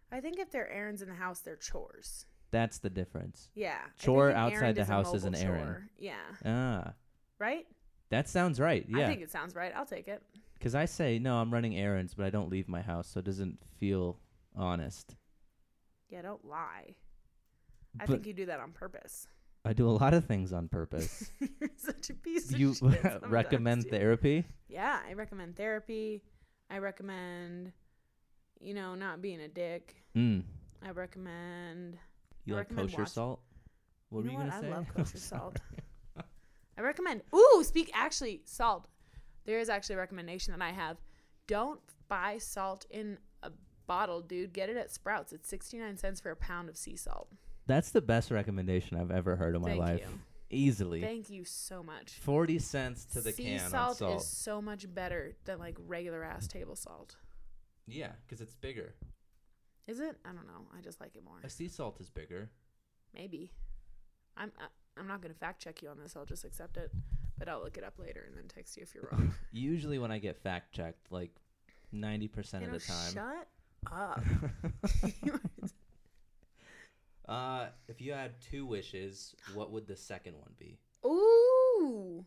S1: I think if they're errands in the house, they're chores.
S3: That's the difference.
S1: Yeah. I think
S3: Chore
S1: an
S3: outside
S1: errand
S3: the
S1: a
S3: house is
S1: mobile
S3: an errand.
S1: chore. Yeah.
S3: Ah,
S1: Right?
S3: that sounds right.
S1: I
S3: Yeah,
S1: think it sounds right. I'll take it.
S3: because I, say no, I'm running errands, but I don't leave my house, so it doesn't feel honest.
S1: Yeah, don't lie. I
S3: But-
S1: think you do that on purpose.
S3: I do a lot of things on purpose.
S1: You're such a piece of
S3: you
S1: shit. sometimes,
S3: recommend
S1: dude.
S3: therapy?
S1: Yeah, I recommend therapy. I recommend, you know, not being a dick.
S3: Mm.
S1: I recommend.
S3: You
S1: I
S3: like
S1: recommend
S3: kosher
S1: watch-
S3: salt? What
S1: you
S3: were
S1: know
S3: you
S1: what?
S3: gonna say?
S1: I love
S3: I'm
S1: kosher
S3: sorry.
S1: salt. I recommend. Ooh, speak actually salt. There is actually a recommendation that I have. Don't buy salt in a bottle, dude. Get it at Sprouts. It's sixty nine cents for a pound of sea salt.
S3: That's the best recommendation I've ever heard in my
S1: Thank
S3: life.
S1: you.
S3: Easily.
S1: Thank you so much.
S3: 40 cents to the
S1: sea
S3: can
S1: salt,
S3: on salt.
S1: is so much better than like regular ass table salt.
S3: Yeah, because it's bigger.
S1: Is it? I don't know. I just like it more.
S3: A sea salt is bigger.
S1: Maybe. I'm I, I'm not gonna fact check you on this. I'll just accept it. But I'll look it up later and then text you if you're wrong.
S3: Usually, when I get fact checked, like 90% of
S1: Dano,
S3: the time.
S1: Shut up.
S3: uh, if you had two wishes, what would the second one be?
S1: Ooh.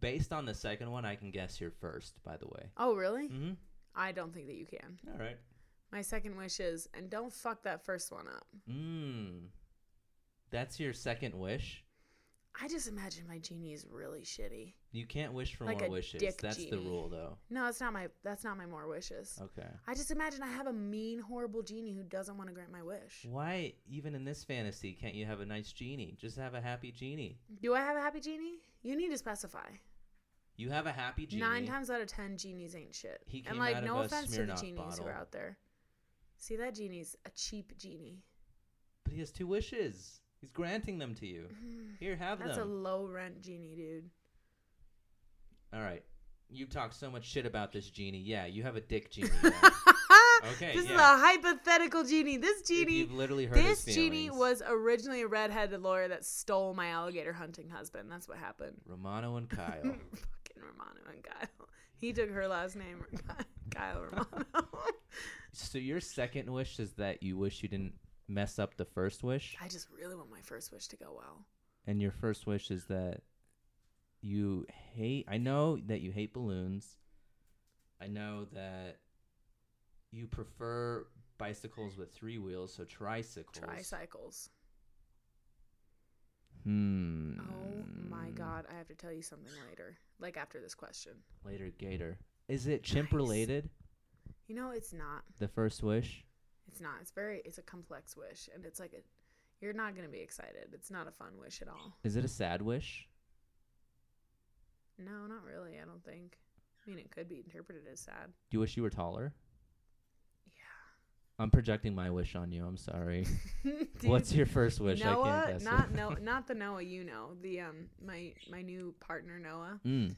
S3: Based on the second one, I can guess your first, by the way.
S1: Oh really?
S3: Mm-hmm.
S1: I don't think that you can.
S3: All right.
S1: My second wish is, and don't fuck that first one up.
S3: Mm. That's your second wish.
S1: I just imagine my genie is really shitty.
S3: You can't wish for
S1: Like
S3: more
S1: a
S3: wishes.
S1: dick
S3: That's the
S1: genie.
S3: rule, though.
S1: No, that's not my. That's not my more wishes.
S3: Okay.
S1: I just imagine I have a mean, horrible genie who doesn't want to grant my wish.
S3: Why, even in this fantasy, can't you have a nice genie? Just have a happy genie.
S1: Do I have a happy genie? You need to specify.
S3: You have a happy genie.
S1: Nine times out of ten, genies ain't shit.
S3: He came
S1: and like,
S3: out of
S1: no
S3: a
S1: offense to the
S3: Smirnoff
S1: genies who
S3: bottle.
S1: are out there. See, that genie's a cheap genie.
S3: But he has two wishes. He's granting them to you. Here, have
S1: Mm-hmm. That's a
S3: them.
S1: low rent genie, dude.
S3: All right. You've talked so much shit about this genie. Yeah, you have a dick genie. now. Okay,
S1: this is
S3: yeah.
S1: a hypothetical genie. This
S3: If
S1: genie,
S3: You've literally heard his
S1: this genie
S3: feelings.
S1: was originally a redheaded lawyer that stole my alligator hunting husband. That's what happened.
S3: Romano and Kyle.
S1: Fucking Romano and Kyle. He took her last name, Kyle Romano.
S3: so your second wish is that you wish you didn't mess up the first wish,
S1: I just really want my first wish to go well.
S3: and your first wish is that you hate. I know that you hate balloons. I know that you prefer bicycles with three wheels, so tricycles.
S1: Tricycles.
S3: Hmm.
S1: Oh my god, I have to tell you something later. Like after this question.
S3: Later, gator. Is it chimp related?
S1: You know, it's not.
S3: The first wish.
S1: It's not. It's very it's a complex wish and it's like a you're not going to be excited. It's not a fun wish at all.
S3: Is it a sad wish?
S1: No, not really. I don't think. I mean, it could be interpreted as sad.
S3: Do you wish you were taller?
S1: Yeah.
S3: I'm projecting my wish on you. I'm sorry. What's your first wish? I
S1: Noah?
S3: can't guess.
S1: Not
S3: it.
S1: no, not the Noah you know. The um, my my new partner Noah.
S3: Mm.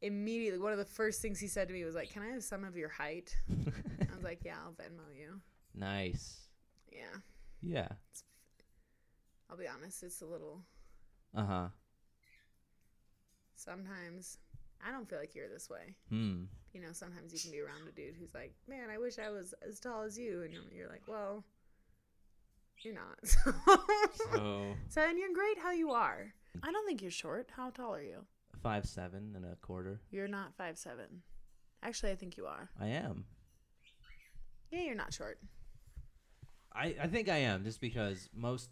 S1: Immediately, one of the first things he said to me was like, "Can I have some of your height?" I was like, "Yeah, I'll Venmo you."
S3: nice.
S1: Yeah,
S3: Yeah.
S1: I'll be honest. It's a little.
S3: Uh huh.
S1: Sometimes I don't feel like you're this way.
S3: Hmm.
S1: You know, sometimes you can be around a dude who's like, "Man, I wish I was as tall as you," and you're- you're like, "Well, you're not."
S3: So
S1: So, and you're great how you are. I don't think you're short. How tall are you?
S3: five seven and a quarter.
S1: You're not five seven. Actually, I think you are.
S3: I am.
S1: Yeah, you're not short.
S3: I I think I am just because most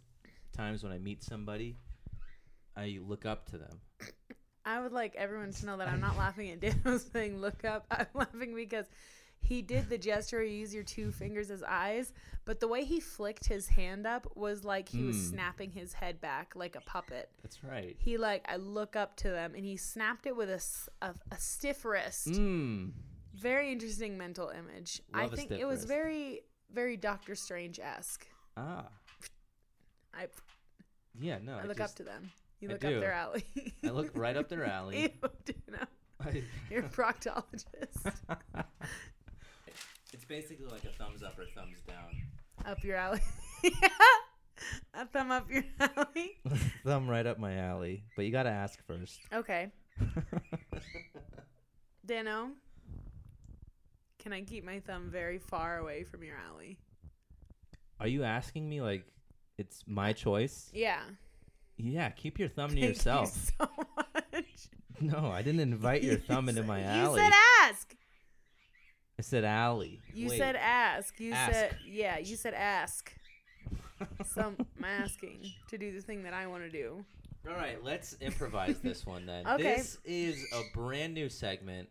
S3: times when I meet somebody, I look up to them.
S1: I would like everyone to know that I'm not laughing at Daniel's thing. Look up. I'm laughing because he did the gesture. where You use your two fingers as eyes, but the way he flicked his hand up was like he was
S3: Mm.
S1: snapping his head back like a puppet.
S3: That's right.
S1: He like I look up to them, and he snapped it with a, s- a- a stiff wrist.
S3: Hmm.
S1: Very interesting mental image.
S3: Love
S1: I
S3: a
S1: think
S3: stiff
S1: it was
S3: wrist.
S1: very very Doctor Strange esque.
S3: Ah.
S1: I,
S3: Yeah. No.
S1: I look up
S3: just-
S1: to them. You
S3: I
S1: look
S3: do.
S1: up their alley.
S3: I look right up their
S1: Ew,
S3: alley.
S1: dude, no.
S3: I-
S1: You're a proctologist.
S3: it's basically like a thumbs up or thumbs down.
S1: up your alley. A thumb up your alley.
S3: Thumb right up my alley, but you gotta ask first.
S1: Okay. Dano, can I keep my thumb very far away from your alley?
S3: Are you asking me like it's my choice?
S1: Yeah.
S3: Yeah, keep your thumb to
S1: Thank you
S3: yourself.
S1: so much.
S3: No, I didn't invite your thumb into my alley.
S1: You said ask.
S3: I said alley.
S1: You
S3: Wait.
S1: said ask. You
S3: Ask.
S1: said yeah. You said ask. Some I'm asking to do the thing that I want to do.
S3: All right, let's improvise this one then.
S1: Okay.
S3: This is a brand new segment.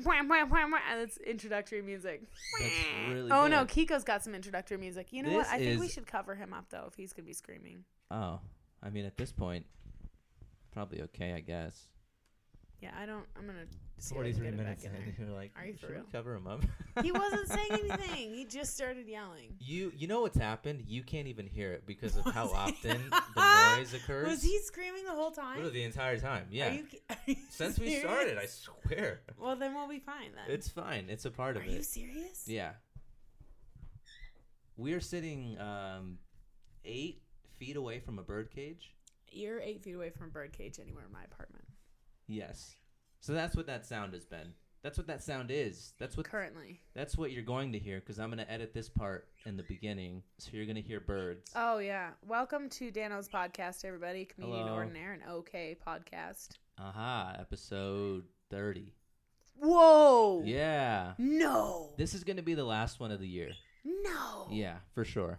S1: And it's introductory music.
S3: That's really
S1: oh no,
S3: good.
S1: Kiko's got some introductory music. You know what?
S3: This
S1: I think we
S3: is-
S1: should cover him up though if he's gonna be screaming.
S3: Oh, I mean at this point, probably okay, I guess.
S1: Yeah, I don't. I'm gonna. See if I can get it back in there.
S3: you're like,
S1: Are you for
S3: "Should we
S1: real?"
S3: cover him up?
S1: He wasn't saying anything. He just started yelling.
S3: You you know what's happened? You can't even hear it because of how often the noise occurs.
S1: Was he screaming the whole time?
S3: Literally the entire time?
S1: Are
S3: Yeah.
S1: you, ki- are you
S3: Since we
S1: serious?
S3: started, I swear.
S1: Well, then we'll be fine then.
S3: It's fine. It's a part
S1: are
S3: of
S1: you
S3: it.
S1: serious?
S3: Yeah. We are sitting um, eight feet away from a bird cage.
S1: You're eight feet away from a bird cage anywhere in my apartment
S3: Yes. So that's what that sound has been. That's what that sound is. That's what
S1: currently.
S3: that's what you're going to hear because I'm going to edit this part in the beginning, so you're going to hear birds.
S1: Oh yeah. Welcome to Dano's podcast, everybody. Comedian
S3: Hello.
S1: Ordinaire, an OK podcast.
S3: Aha! Episode thirty.
S1: Whoa.
S3: Yeah.
S1: No.
S3: This is going to be the last one of the year.
S1: No.
S3: Yeah, for sure.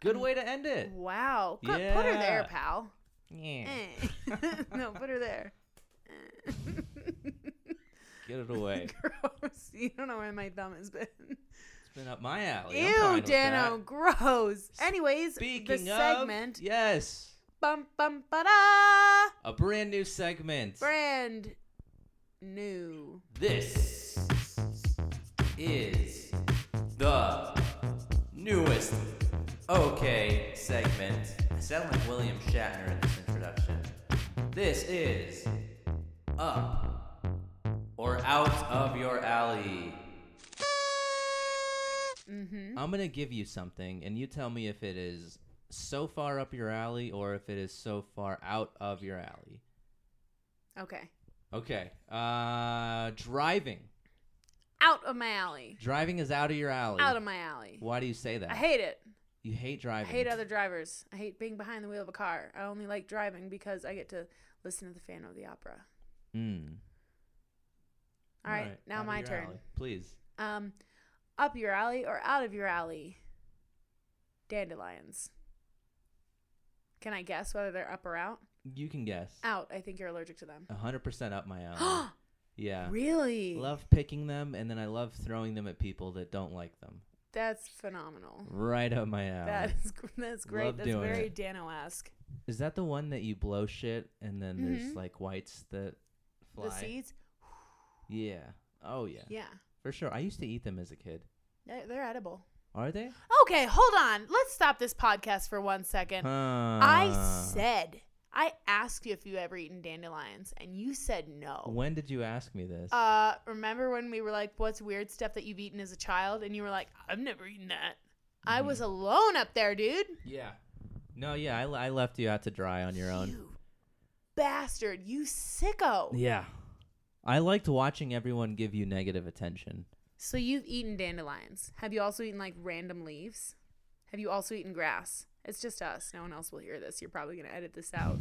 S3: Good way to end it.
S1: Wow. Go- Put her there,
S3: Yeah.
S1: pal.
S3: Yeah.
S1: Eh. no, put her there. Eh.
S3: Get it away.
S1: gross. You don't know where my thumb has been.
S3: It's been up my alley. I'm fine
S1: Ew,
S3: with
S1: Dano,
S3: that.
S1: gross. Anyways,
S3: Speaking
S1: the
S3: of,
S1: segment,
S3: yes,
S1: bum bum ba da,
S3: a brand new segment.
S1: brand new.
S3: This is the
S6: newest okay segment. I sound like William Shatner in this introduction. This is up or out of your alley.
S1: Mm-hmm.
S3: I'm gonna give you something, and you tell me if it is so far up your alley or if it is so far out of your alley.
S1: Okay,
S3: Okay. Uh, driving.
S1: out of my alley.
S3: Driving is out of your alley.
S1: Out of my alley.
S3: Why do you say that?
S1: I hate it.
S3: you hate
S1: I
S3: driving.
S1: hate other drivers. I hate being behind the wheel of a car. I only like driving because I get to listen to the Phantom of the Opera.
S3: Mm.
S1: All right,
S3: Alright, out
S1: now
S3: of
S1: my
S3: your
S1: turn.
S3: alley. Please.
S1: Um, up your alley or out of your alley? Dandelions. Can I guess whether they're up or out?
S3: You can guess.
S1: Out. I think you're allergic to them.
S3: A hundred percent up my alley. Uh, yeah.
S1: Really?
S3: Love picking them, and then I love throwing them at people that don't like them.
S1: That's phenomenal.
S3: Right up my alley.
S1: That is gr- that's great.
S3: Love
S1: that's
S3: doing
S1: very
S3: it.
S1: Dano-esque.
S3: Is that the one that you blow shit and then
S1: Mhm.
S3: there's like whites that fly?
S1: The seeds?
S3: Yeah. Oh yeah.
S1: Yeah.
S3: For sure. I used to eat them as a kid.
S1: They're, they're edible.
S3: Are they?
S1: Okay, hold on. Let's stop this podcast for one second.
S3: Uh.
S1: I said I asked you if you ever eaten dandelions, and you said no.
S3: When did you ask me this?
S1: Uh, remember when we were like, "What's weird stuff that you've eaten as a child?" And you were like, "I've never eaten that."
S3: Mm-hmm.
S1: I was alone up there, dude.
S3: yeah. No, yeah, I, I left you out to dry on your own.
S1: You bastard! You sicko!
S3: Yeah. I liked watching everyone give you negative attention.
S1: So you've eaten dandelions. Have you also eaten like random leaves? Have you also eaten grass? It's just us. No one else will hear this. You're probably gonna edit this out.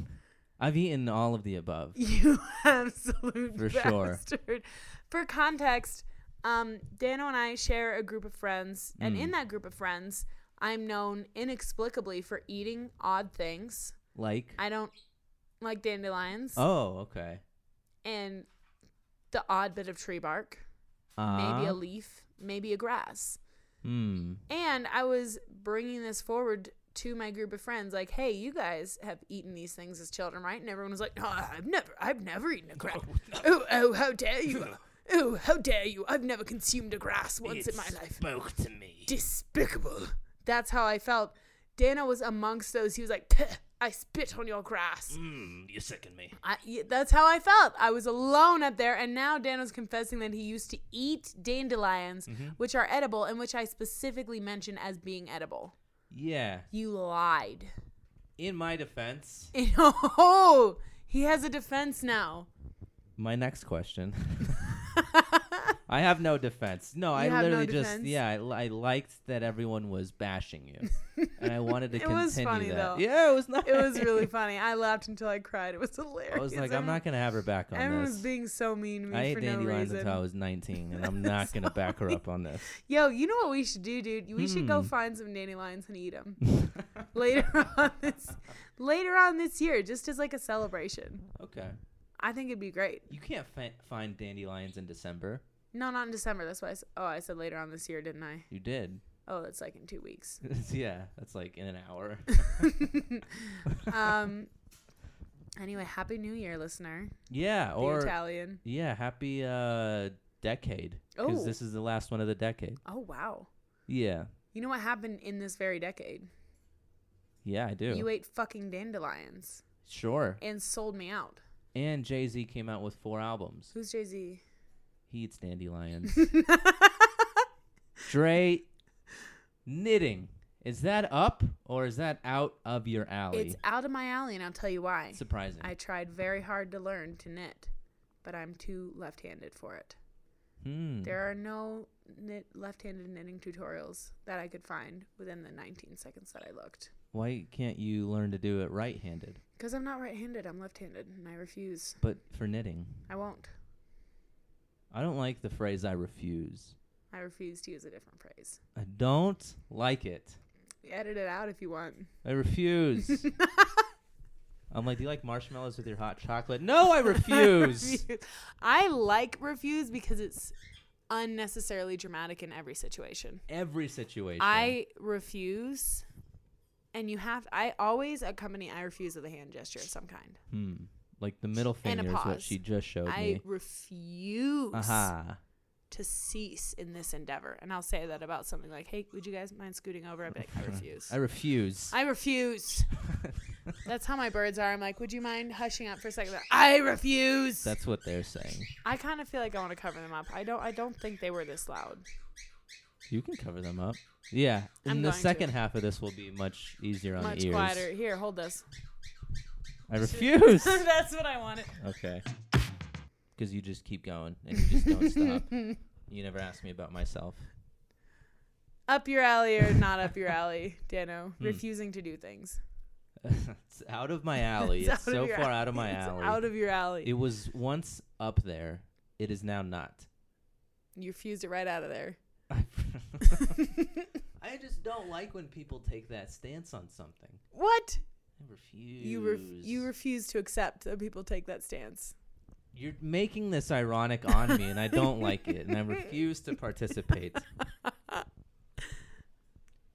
S3: I've eaten all of the above.
S1: You absolute
S3: For sure.
S1: bastard. For context, um, Dano and I share a group of friends, and
S3: Mm.
S1: in that group of friends, I'm known inexplicably for eating odd things.
S3: Like.
S1: I don't like dandelions
S3: oh, okay.
S1: and the odd bit of tree bark,
S3: Uh,
S1: maybe a leaf, maybe a grass.
S3: Hmm.
S1: And I was bringing this forward to my group of friends, like, "Hey, you guys have eaten these things as children, right?" And everyone was like, "No, I've never, I've never eaten a grass. oh, oh, how dare you! oh, how dare you! I've never consumed a grass once in my life.
S5: Spoke to me.
S1: Despicable." That's how I felt. Dana was amongst those. He was like, "Pah, "I spit on your grass."
S5: Mm, you sicken me.
S1: I, yeah, that's how I felt. I was alone up there, and now Dan was confessing that he used to eat dandelions,
S3: Mm-hmm.
S1: which are edible and which I specifically mention as being edible.
S3: Yeah.
S1: You lied.
S3: In my defense,
S1: oh, he has a defense now.
S3: my next question. I have no defense. No, I
S1: have no
S3: literally just
S1: defense?
S3: yeah, I, I liked that everyone was bashing you, and I wanted to
S1: It
S3: continue
S1: was funny,
S3: that.
S1: though.
S3: Yeah, it was not.
S1: It was really funny. I laughed until I cried. It was hilarious.
S3: I was like, I'm not gonna have her back on
S1: Everyone was
S3: this.
S1: being so mean to me
S3: I ate
S1: for no
S3: dandelions
S1: reason.
S3: until I was 19, and I'm not gonna back her up on this.
S1: Yo, you know what we should do, dude? We should
S3: Hmm.
S1: go find some dandelions and eat them later on this later on this year, just as like a celebration.
S3: Okay,
S1: I think it'd be great.
S3: you can't fi- find dandelions in December.
S1: No, not in December. That's why. I, s- oh, I said later on this year, didn't I?
S3: You did.
S1: Oh, that's like in two weeks.
S3: yeah, that's like in an hour.
S1: Um. anyway, happy New Year, listener.
S3: yeah,
S1: The
S3: or
S1: Italian.
S3: yeah, happy uh decade. Because
S1: Oh.
S3: this is the last one of the decade.
S1: Oh wow.
S3: Yeah,
S1: You know what happened in this very decade?
S3: yeah, I do.
S1: You ate fucking dandelions
S3: sure.
S1: and sold me out.
S3: And Jay Z came out with four albums.
S1: Who's Jay Z?
S3: He eats dandelions. Dre knitting. Is that up or is that out of your alley?
S1: It's out of my alley, and I'll tell you why.
S3: Surprising.
S1: I tried very hard to learn to knit, but I'm too left-handed for it.
S3: Hmm.
S1: There are no knit left-handed knitting tutorials that I could find within the 19 seconds that I looked.
S3: Why can't you learn to do it right handed?
S1: Because I'm not right handed, I'm left handed, and I refuse.
S3: But for knitting,
S1: I won't.
S3: I don't like the phrase I refuse.
S1: I refuse to use a different phrase.
S3: I don't like it.
S1: Edit it out if you want.
S3: I refuse. I'm like, do you like marshmallows with your hot chocolate? No, I refuse.
S1: Refuse. I like refuse because it's unnecessarily dramatic in every situation.
S3: Every situation.
S1: I refuse, and you have. I always accompany I refuse with a hand gesture of some kind.
S3: Hmm. Like the middle
S1: And
S3: finger
S1: a
S3: is what
S1: pause.
S3: she just showed
S1: I
S3: me. Uh-huh.
S1: refuse
S3: Aha.
S1: to cease in this endeavor, and I'll say that about something like, "Hey, would you guys mind scooting over?" I'd be like, "I refuse."
S3: I refuse.
S1: I refuse. That's how my birds are. I'm like, would you mind hushing up for a second? They're, I refuse.
S3: That's what they're saying.
S1: I kind of feel like I want to cover them up. I don't. I don't think they were this loud.
S3: You can cover them up. Yeah.
S1: I'm
S3: And the
S1: going to.
S3: second half of this will be much easier on
S1: Much
S3: the ears.
S1: quieter. Here, hold this.
S3: I refuse.
S1: That's what I wanted.
S3: okay. Because you just keep going and you just don't stop. You never ask me about myself.
S1: Up your alley or not up your alley, Dano.
S3: Hmm.
S1: Refusing to do things.
S3: it's out of my alley.
S1: It's
S3: It's,
S1: out of
S3: so
S1: your
S3: far out of my
S1: It's
S3: alley.
S1: out of your alley.
S3: it was once up there. It is now not.
S1: you refused it right out of there.
S3: I just don't like when people take that stance on something.
S1: What?
S3: I refuse.
S1: You ref- you refuse to accept that people take that stance.
S3: You're making this ironic on me, and I don't like it, and I refuse to participate.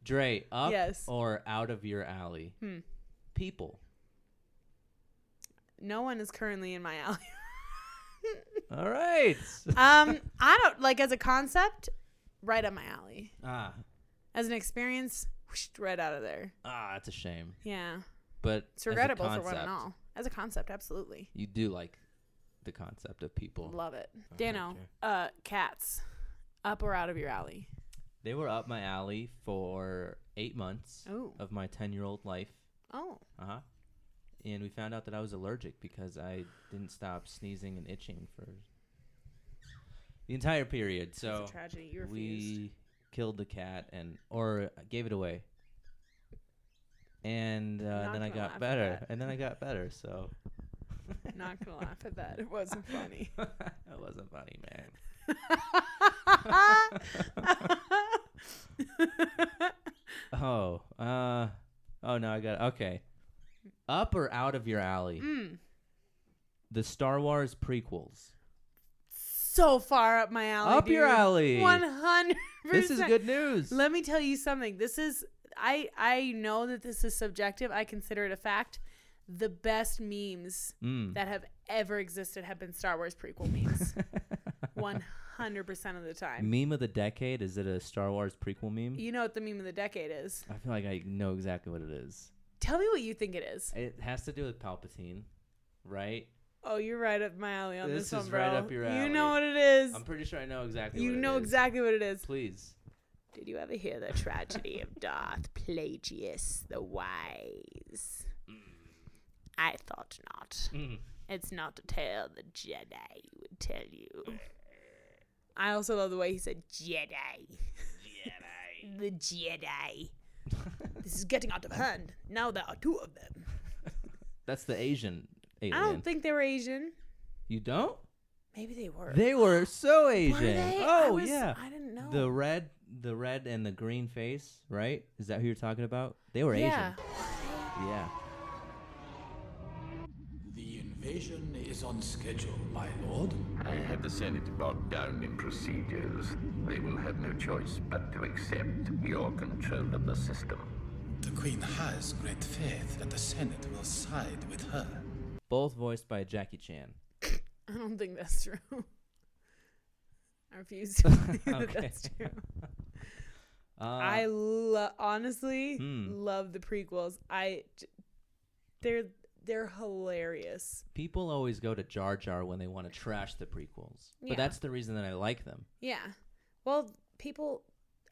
S3: Dre, up
S1: Yes.
S3: or out of your alley?
S1: Hmm.
S3: People.
S1: No one is currently in my alley.
S3: All right.
S1: um, I don't like as a concept, right up my alley.
S3: ah,
S1: As an experience, whoosh, right out of there.
S3: ah, it's a shame,
S1: Yeah,
S3: but
S1: it's
S3: as a
S1: regrettable for one
S3: concept,
S1: and all. As a concept, absolutely
S3: You do like the concept of people.
S1: love it.
S3: Okay.
S1: Dano, uh, cats, up or out of your alley?
S3: They were up my alley for eight months
S1: Oh,
S3: of my ten-year-old life.
S1: oh,
S3: Uh huh. And we found out that I was allergic because I didn't stop sneezing and itching for the entire period. So
S1: it's a tragedy. You refused.
S3: we killed the cat and or gave it away. And uh,
S1: Not
S3: then I
S1: gonna laugh
S3: got
S1: at
S3: better.
S1: that.
S3: And then I got better. So
S1: Not gonna laugh at that. It wasn't funny.
S3: that wasn't funny, man. Oh, uh, oh no, I got okay. Up or out of your alley?
S1: Mm.
S3: The Star Wars prequels.
S1: so far up my alley.
S3: Up your
S1: dude.
S3: alley.
S1: 100%.
S3: This is good news.
S1: Let me tell you something. This is I I know that this is subjective. I consider it a fact. The best memes
S3: Mm.
S1: that have ever existed have been Star Wars prequel memes. 100% of the time.
S3: meme of the decade. Is it a Star Wars prequel meme?
S1: You know what the meme of the decade is.
S3: I feel like I know exactly what it is.
S1: Tell me what you think it is.
S3: It has to do with Palpatine, right?
S1: Oh, you're right up my alley on this,
S3: This
S1: one,
S3: is
S1: bro.
S3: right up your
S1: You
S3: alley.
S1: know what it is.
S3: I'm pretty sure I know exactly.
S1: You
S3: what it
S1: know
S3: is.
S1: exactly what it is.
S3: Please.
S1: Did you ever hear the tragedy of Darth Plagius the Wise?
S3: Mm.
S1: I thought not. It's not a tale the Jedi would tell
S3: Mm.
S1: you. I also love the way he said Jedi. Jedi. the Jedi. this is getting out of hand. Now there are two of them.
S3: That's the Asian alien.
S1: I don't think they were Asian.
S3: you don't.
S1: Maybe they were.
S3: They were so
S1: Were
S3: Asian.
S1: they? I
S3: Oh
S1: was-
S3: yeah.
S1: I didn't know.
S3: The red, the red and the green face, right? Is that who you're talking about? They were
S1: yeah.
S3: Asian. Yeah.
S7: The invasion is on schedule, my lord.
S8: I had the Senate bogged down in procedures. They will have no choice but to accept your control of the system.
S7: The Queen has great faith that the Senate will side with her.
S3: Both voiced by Jackie Chan.
S1: I don't think that's true. I refuse to believe that
S3: Okay.
S1: that's true.
S3: Uh,
S1: I lo- honestly
S3: Hmm.
S1: love the prequels. I j- they're they're hilarious.
S3: people always go to Jar Jar when they want to trash the prequels,
S1: Yeah.
S3: but that's the reason that I like them.
S1: Yeah. Well, people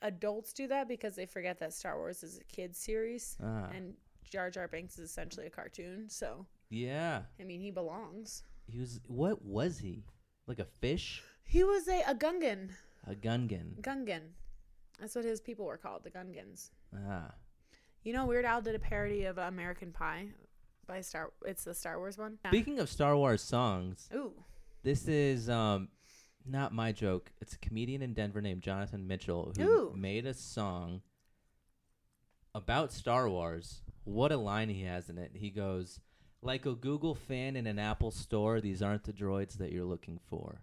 S1: adults do that because they forget that Star Wars is a kids series
S3: Ah.
S1: and Jar Jar Binks is essentially a cartoon, so
S3: Yeah.
S1: I mean he belongs.
S3: He was. What was he? Like a fish?
S1: He was a, a Gungan.
S3: A gungan?
S1: Gungan. That's what his people were called, the Gungans.
S3: Ah.
S1: You know, Weird Al did a parody of American Pie by Star. It's the Star Wars one. Yeah.
S3: Speaking of Star Wars songs,
S1: Ooh,
S3: this is um not my joke. It's a comedian in Denver named Jonathan Mitchell who
S1: Ooh.
S3: made a song about Star Wars. What a line he has in it. He goes, like a Google fan in an Apple store, these aren't the droids that you're looking for.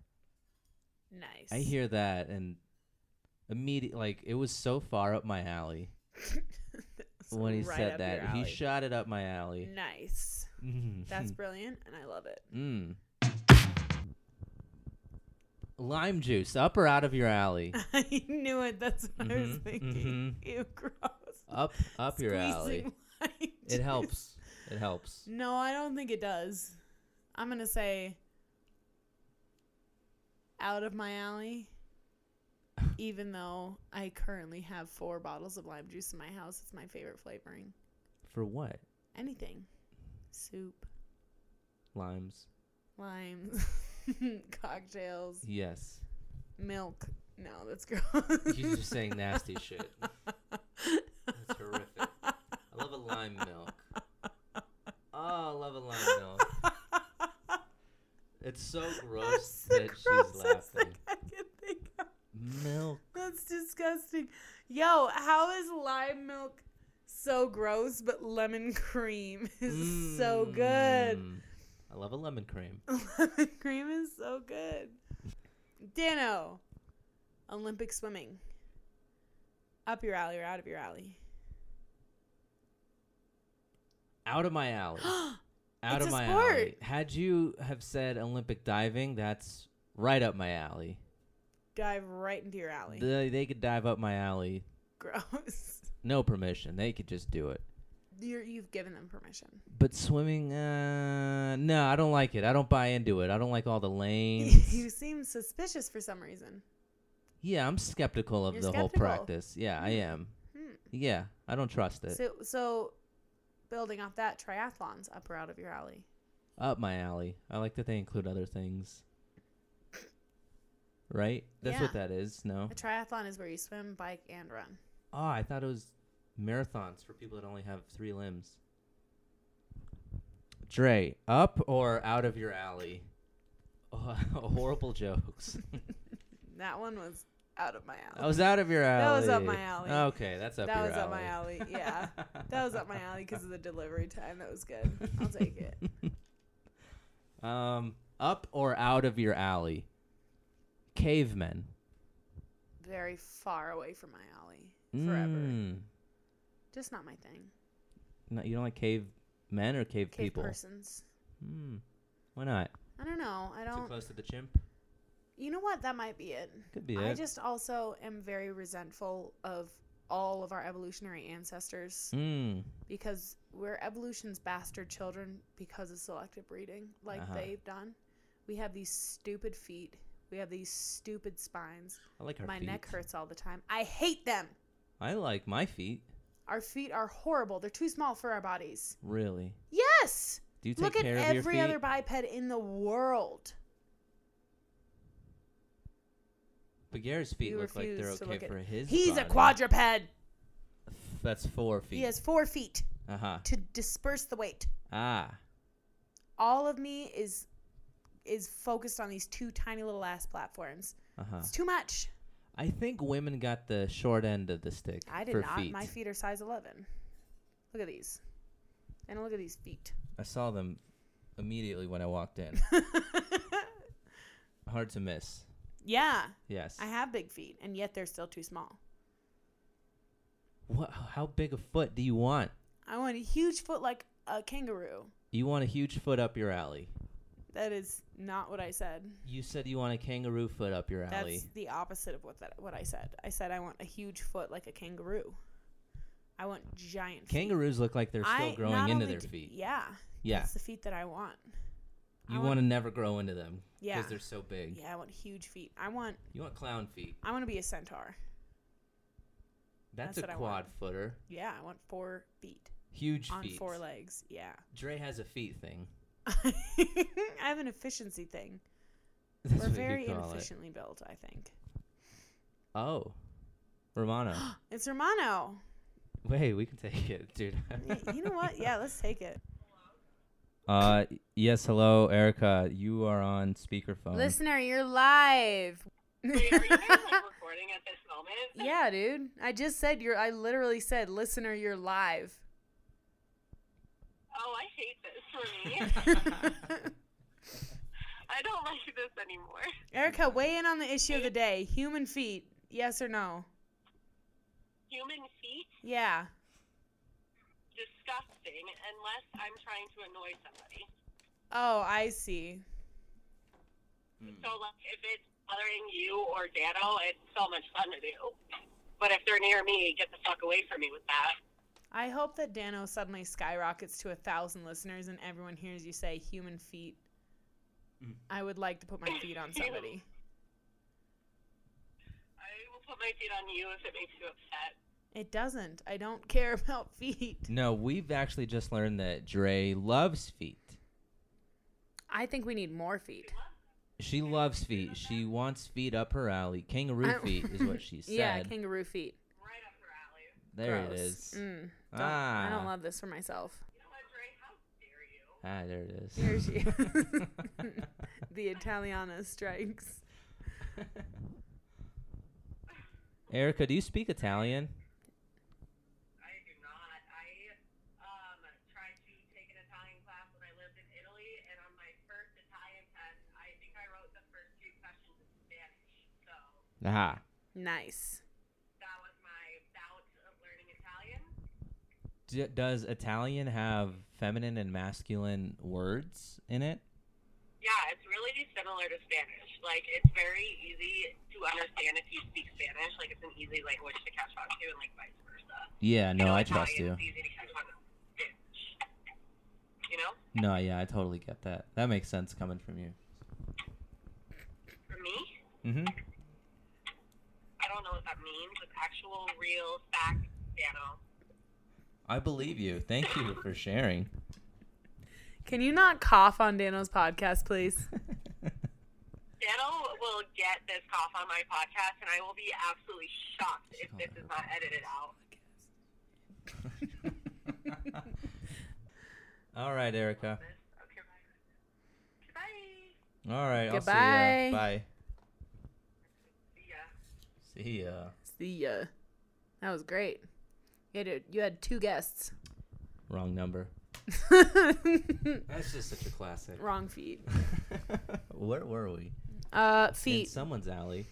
S1: Nice.
S3: I hear that and immediately, like, it was so far up my alley
S1: It's
S3: when he
S1: right
S3: said
S1: up your
S3: that. He
S1: alley.
S3: shot it up my alley.
S1: Nice. That's brilliant, and I love it.
S3: Mm. Lime juice, up or out of your alley?
S1: I knew it. That's what I was
S3: Mhm,
S1: thinking. Ew, gross.
S3: Up, up your alley.
S1: Squeezing lime
S3: It
S1: juice.
S3: helps. It helps.
S1: No, I don't think it does. I'm gonna say out of my alley. Even though I currently have four bottles of lime juice in my house, it's my favorite flavoring.
S3: For what?
S1: Anything, soup,
S3: Limes.
S1: limes, cocktails,
S3: Yes.
S1: milk. No, that's gross.
S3: You're just saying nasty shit. That's horrific. I love a lime milk. Oh, I love a lime milk. It's so
S1: That's
S3: gross
S1: the
S3: that she's
S1: grossest
S3: laughing.
S1: thing I can think of.
S3: Milk.
S1: That's disgusting. Yo, how is lime milk so gross, but lemon cream is so good?
S3: Mm. I love a lemon cream.
S1: Lemon cream is so good. Dano, Olympic swimming. Up your alley or out of your alley?
S3: Out of my alley. Out
S1: It's
S3: of
S1: a
S3: my
S1: sport.
S3: alley. Had you have said Olympic diving, that's right up my alley.
S1: Dive right into your alley.
S3: They, they could dive up my alley.
S1: gross.
S3: No permission. They could just do it.
S1: You're, you've given them permission.
S3: But swimming, uh, no, I don't like it. I don't buy into it. I don't like all the
S1: you
S3: lanes.
S1: seem suspicious for some reason.
S3: yeah, I'm skeptical of
S1: You're
S3: the whole
S1: skeptical.
S3: practice. Yeah, I am.
S1: Hmm.
S3: Yeah, I don't trust it.
S1: So, so building off that, triathlons up or out of your alley?
S3: up my alley. I like that they include other things. Right? That's what
S1: Yeah.
S3: that is. No.
S1: A triathlon is where you swim, bike, and run.
S3: Oh, I thought it was marathons for people that only have three limbs. Dre, up or out of your alley? Oh, horrible jokes.
S1: That one was out of my alley.
S3: I was out of your
S1: That
S3: alley.
S1: was up my alley.
S3: Okay, that's up
S1: that
S3: your
S1: was
S3: alley.
S1: up my alley. Yeah, that was up my alley because of the delivery time. That was good. I'll take it.
S3: Um, up or out of your alley? Cavemen.
S1: Very far away from my alley forever.
S3: Mm.
S1: Just not my thing.
S3: No, you don't like cave men or cave,
S1: Cave
S3: people?
S1: persons.
S3: Hmm. Why not?
S1: I don't know. I
S3: Too
S1: don't.
S3: close to the chimp?
S1: You know what? That might be it.
S3: Could be
S1: I
S3: it.
S1: just also am very resentful of all of our evolutionary ancestors.
S3: Mm.
S1: because we're evolution's bastard children because of selective breeding, like
S3: Uh-huh.
S1: they've done. We have these stupid feet. We have these stupid spines.
S3: I like our
S1: My
S3: feet.
S1: neck hurts all the time. I hate them.
S3: I like my feet.
S1: Our feet are horrible. They're too small for our bodies.
S3: Really?
S1: Yes.
S3: Do you take
S1: Look at
S3: care of your
S1: every
S3: feet?
S1: other biped in the world.
S3: but Garrett's feet
S1: You
S3: look like they're
S1: refuse to
S3: okay
S1: look at-
S3: for his.
S1: He's a
S3: body.
S1: quadruped.
S3: That's four feet.
S1: He has four feet
S3: Uh huh.
S1: to disperse the weight.
S3: Ah.
S1: All of me is is focused on these two tiny little ass platforms.
S3: Uh huh.
S1: It's too much.
S3: I think women got the short end of the stick
S1: I did
S3: for
S1: not.
S3: feet.
S1: My feet are size 11. Look at these. And look at these feet.
S3: I saw them immediately when I walked in. Hard to miss.
S1: Yeah,
S3: Yes.
S1: I have big feet, and yet they're still too small.
S3: What? How big a foot do you want?
S1: I want a huge foot like a kangaroo.
S3: You want a huge foot up your alley.
S1: That is not what I said.
S3: You said you want a kangaroo foot up your alley.
S1: That's the opposite of what that what I said. I said I want a huge foot like a kangaroo. I want giant feet.
S3: Kangaroos look like they're still
S1: I- not
S3: growing into
S1: only
S3: their
S1: d-
S3: feet.
S1: Yeah.
S3: Yeah.
S1: That's the feet that I want. I
S3: you
S1: want-
S3: want to never grow into them
S1: Yeah.
S3: they're so big.
S1: Yeah, I want huge feet. I want
S3: You want clown feet.
S1: I want to be a centaur.
S3: That's,
S1: That's
S3: a
S1: what I
S3: quad
S1: want.
S3: footer.
S1: Yeah, I want four feet
S3: Huge
S1: on
S3: feet.
S1: four legs. Yeah.
S3: Dre has a feet thing.
S1: I have an efficiency thing.
S3: That's
S1: We're
S3: what you
S1: very
S3: call it.
S1: inefficiently built, I think.
S3: Oh, Romano.
S1: It's Romano.
S3: Wait, we can take it, dude.
S1: Y- you know what? Yeah, let's take it.
S3: Uh, yes, hello, Erica. You are on speakerphone.
S1: Listener, you're live.
S9: Wait, are you guys like recording at this moment?
S1: yeah, dude. I just said you're. I literally said, listener, you're live.
S9: Oh, I hate this for me. I don't like this anymore.
S1: Erica, weigh in on the issue of the day: human feet. Yes or no?
S9: Human feet,
S1: Yeah.
S9: disgusting, unless I'm trying to annoy somebody.
S1: Oh, I see.
S9: So, like, if it's bothering you or Dano, it's so much fun to do. But if they're near me, get the fuck away from me with that.
S1: I hope that Dano suddenly skyrockets to a thousand listeners and everyone hears you say human feet.
S3: Mm.
S1: I would like to put my feet on somebody.
S9: I will put my feet on you if it makes you upset.
S1: It doesn't. I don't care about feet.
S3: No, we've actually just learned that Dre loves feet.
S1: I think we need more feet.
S3: She loves feet. She wants feet up her alley. Kangaroo
S1: I-
S3: feet is what she said.
S1: Yeah, kangaroo feet.
S9: Right up her
S3: there
S9: alley.
S3: it
S1: Gross.
S3: is.
S1: Mm. Don't-
S3: Ah,
S1: I don't love this for myself.
S9: You know what, Dre? How
S3: ah,
S9: dare you?
S3: there it is.
S1: Here she is. the Italiana strikes.
S3: Erica, do you speak Italian?
S9: I do not. I um, tried to take an Italian class when I lived in Italy, and on my first Italian test, I think I wrote the first two questions in Spanish. So
S3: Aha.
S1: Nice.
S9: that was my bout of learning Italian.
S3: D- does Italian have feminine and masculine words in it?
S9: Yeah, it's really similar to Spanish. Like, it's very easy to understand if you speak Spanish. Like, it's an easy language to catch on to, and like vice versa.
S3: Yeah, no,
S9: you know,
S3: I trust you.
S9: Italian's easy to catch on to. You know,
S3: No, yeah, I totally get that. That makes sense coming from you.
S9: for me.
S3: Mm-hmm.
S9: I don't know what that means. It's actual, real, fact, Dano.
S3: I believe you. Thank you for sharing.
S1: Can you not cough on Dano's podcast, please?
S9: Dano will get this cough on my podcast, and I will be absolutely shocked if this is not edited out.
S3: All right, Erica.
S9: Okay, bye. Bye.
S3: All right, I'll see
S1: Goodbye.
S3: ya. Bye.
S9: Yeah.
S3: See ya.
S1: See ya. That was great. You had, you had two guests.
S3: Wrong number. That's just such a classic.
S1: Mm. Wrong feet.
S3: Where were we?
S1: Uh,
S3: In
S1: feet. Mm.
S3: someone's alley.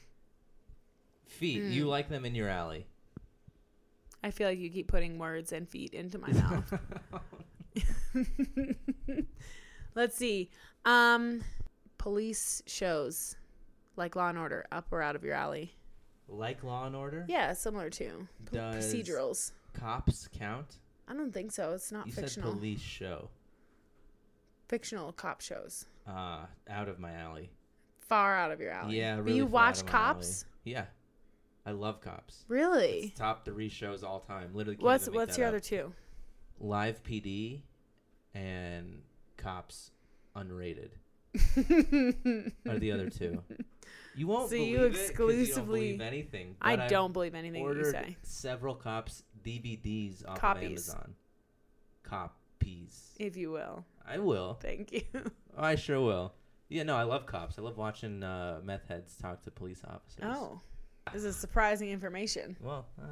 S3: Feet. You like them in your alley.
S1: I feel like you keep putting words and feet into my mouth. Let's see. Um, police shows like Law and Order, up or out of your alley.
S3: Like Law and Order?
S1: Yeah, similar to p-
S3: Does-
S1: procedurals.
S3: Cops count?
S1: I don't think so. It's not
S3: You
S1: fictional.
S3: said police show.
S1: Fictional cop shows.
S3: Ah, out of my alley.
S1: Far out of your alley.
S3: Yeah,
S1: But
S3: really.
S1: you
S3: far out
S1: watch
S3: of my alley.
S1: cops?
S3: Yeah, I love cops.
S1: Really?
S3: It's top three shows all time. Literally. can't
S1: What's
S3: even make
S1: what's
S3: that
S1: your
S3: up.
S1: other two?
S3: Live PD and Cops Unrated are the other two. You won't
S1: So
S3: believe
S1: you
S3: it 'cause
S1: exclusively-
S3: you don't believe anything.
S1: I
S3: but I've
S1: don't believe anything that you
S3: ordered
S1: say.
S3: Several Cops DVDs off
S1: Copies.
S3: of Amazon. Copies.
S1: If you will.
S3: I will.
S1: Thank you.
S3: Oh, I sure will. Yeah, no, I love cops. I love watching uh, meth heads talk to police officers.
S1: Oh. This is surprising information.
S3: Well, uh,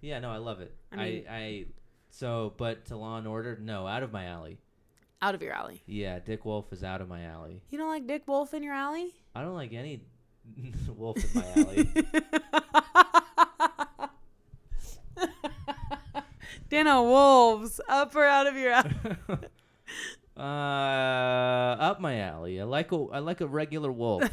S3: yeah, no, I love it.
S1: I
S3: I,
S1: mean-
S3: I, so, but to Law and Order, no, out of my alley.
S1: Out of your alley.
S3: Yeah, Dick Wolf is out of my alley.
S1: You don't like Dick Wolf in your alley?
S3: I don't like any wolf in my alley.
S1: Dana Wolves, up or out of your alley.
S3: uh, up my alley. I like a I like a regular wolf.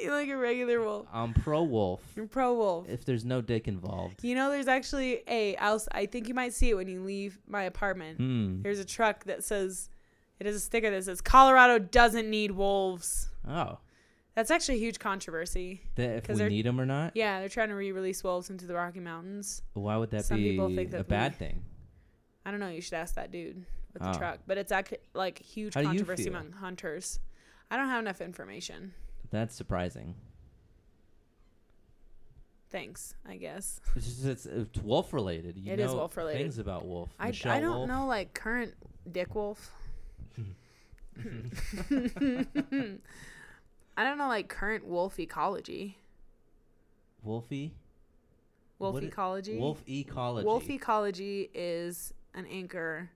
S1: you like a regular wolf.
S3: I'm pro wolf.
S1: You're pro wolf.
S3: If there's no dick involved.
S1: You know, there's actually a. I'll, I think you might see it when you leave my apartment.
S3: Hmm.
S1: There's a truck that says, it has a sticker that says, Colorado doesn't need wolves.
S3: Oh,
S1: That's actually a huge controversy.
S3: that if
S1: 'Cause
S3: we
S1: they're-
S3: need them or not?
S1: Yeah, they're trying to re release wolves into the Rocky Mountains.
S3: Why would that
S1: Some
S3: be
S1: people think
S3: a
S1: that
S3: bad
S1: we-
S3: thing?
S1: I don't know. You should ask that dude with the
S3: Oh.
S1: truck. But it's act- like huge
S3: How do you
S1: controversy
S3: feel?
S1: among hunters. I don't have enough information.
S3: That's surprising.
S1: Thanks, I guess.
S3: It's, just- it's, it's wolf related. You
S1: It
S3: know
S1: is wolf related.
S3: things about wolf.
S1: I,
S3: Michelle
S1: I don't
S3: Wolf.
S1: know like current Dick Wolf. I don't know, like current wolf ecology.
S3: Wolfie.
S1: Wolf
S3: What i-
S1: ecology.
S3: Wolf ecology.
S1: Wolf Ecology is an anchor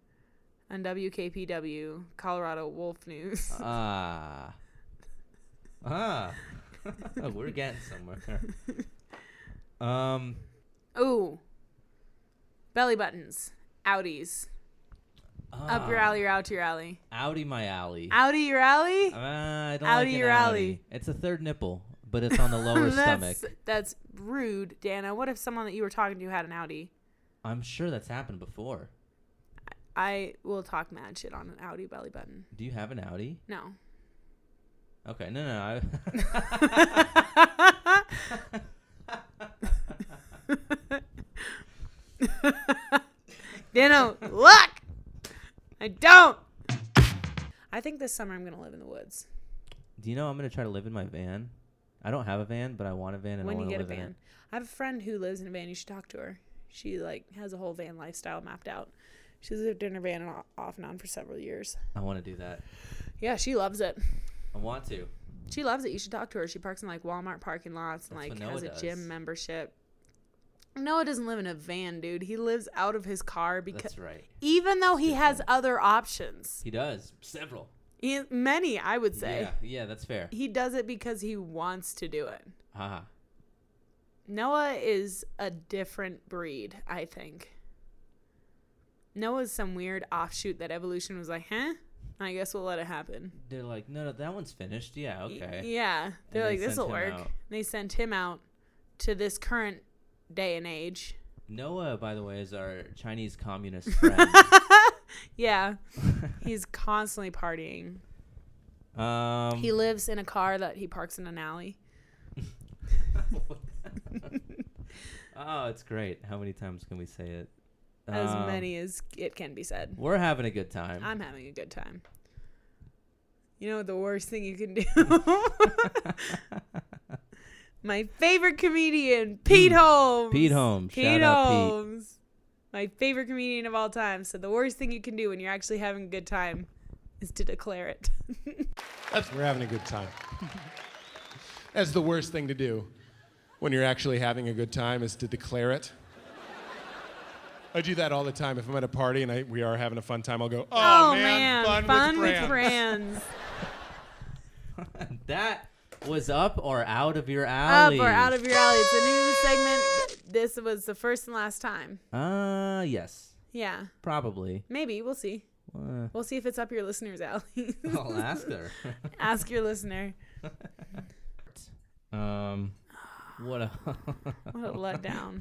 S1: on WKPW, Colorado Wolf News.
S3: Ah. Ah. We're getting somewhere. Um.
S1: Ooh. Belly buttons. Outies. Up
S3: Ah.
S1: your alley or out your alley.
S3: Outie my alley.
S1: Outie your alley?
S3: Uh, I don't
S1: Outie
S3: like an
S1: your alley.
S3: outie. It's a third nipple, but it's on the lower stomach.
S1: that's, that's rude, Dana. What if someone that you were talking to had an outie?
S3: I'm sure that's happened before.
S1: I will talk mad shit on an outie belly button.
S3: Do you have an outie?
S1: No.
S3: Okay, no, no.
S1: Dano, look! I don't! I think this summer I'm going to live in the woods
S3: Do you know I'm gonna try to live in my van? I don't have a van, but I want a van and
S1: when
S3: I
S1: you
S3: want to
S1: get a
S3: live in
S1: van.
S3: it.
S1: I have a friend who lives in a van. You should talk to her. She like has a whole van lifestyle mapped out. She's lived in her van and o- off and on for several years.
S3: I want to do that.
S1: Yeah, she loves it.
S3: I want to.
S1: She loves it. You should talk to her. She parks in like Walmart parking lots and
S3: That's
S1: like
S3: what
S1: has a
S3: Noah does.
S1: gym membership. Noah doesn't live in a van, dude. He lives out of his car because
S3: That's right.
S1: even though he has other options,
S3: He does several.
S1: he, many I would say,
S3: Yeah, yeah, that's fair.
S1: he does it because he wants to do it.
S3: Haha.
S1: Noah is a different breed, I think. Noah's some weird offshoot that evolution was like, huh? I guess we'll let it happen.
S3: They're like, no, no, that one's finished. Yeah,
S1: Y-
S3: okay.
S1: Yeah. They're
S3: they
S1: like, this will
S3: sent him
S1: work.
S3: out.
S1: And They sent him out to this current day and age.
S3: Noah, by the way, is our Chinese communist friend.
S1: Yeah. He's constantly partying.
S3: um,
S1: He lives in a car that he parks in an alley.
S3: oh, it's great. How many times can we say it?
S1: As
S3: Um,
S1: many as it can be said.
S3: We're having a good time.
S1: I'm having a good time. You know the worst thing you can do. My favorite comedian, Pete Holmes.
S3: Hmm. Pete Holmes.
S1: Pete
S3: Shout out Pete.
S1: Holmes. My favorite comedian of all time. So the worst thing you can do when you're actually having a good time is to declare it.
S10: That's, we're having a good time. That's the worst thing to do when you're actually having a good time is to declare it. I do that all the time. If I'm at a party and I, we are having a fun time, I'll go, oh, man, fun, with, friends.
S1: friends.
S3: That was up or out of your
S1: Up
S3: alley.
S1: or out of your alley. It's a new segment. This was the first and last time.
S3: Uh, yes,
S1: Yeah.
S3: probably.
S1: Maybe. We'll see.
S3: Uh,
S1: We'll see if it's up your listener's alley.
S3: I'll ask her.
S1: Ask your listener.
S3: um, what a
S1: What a letdown.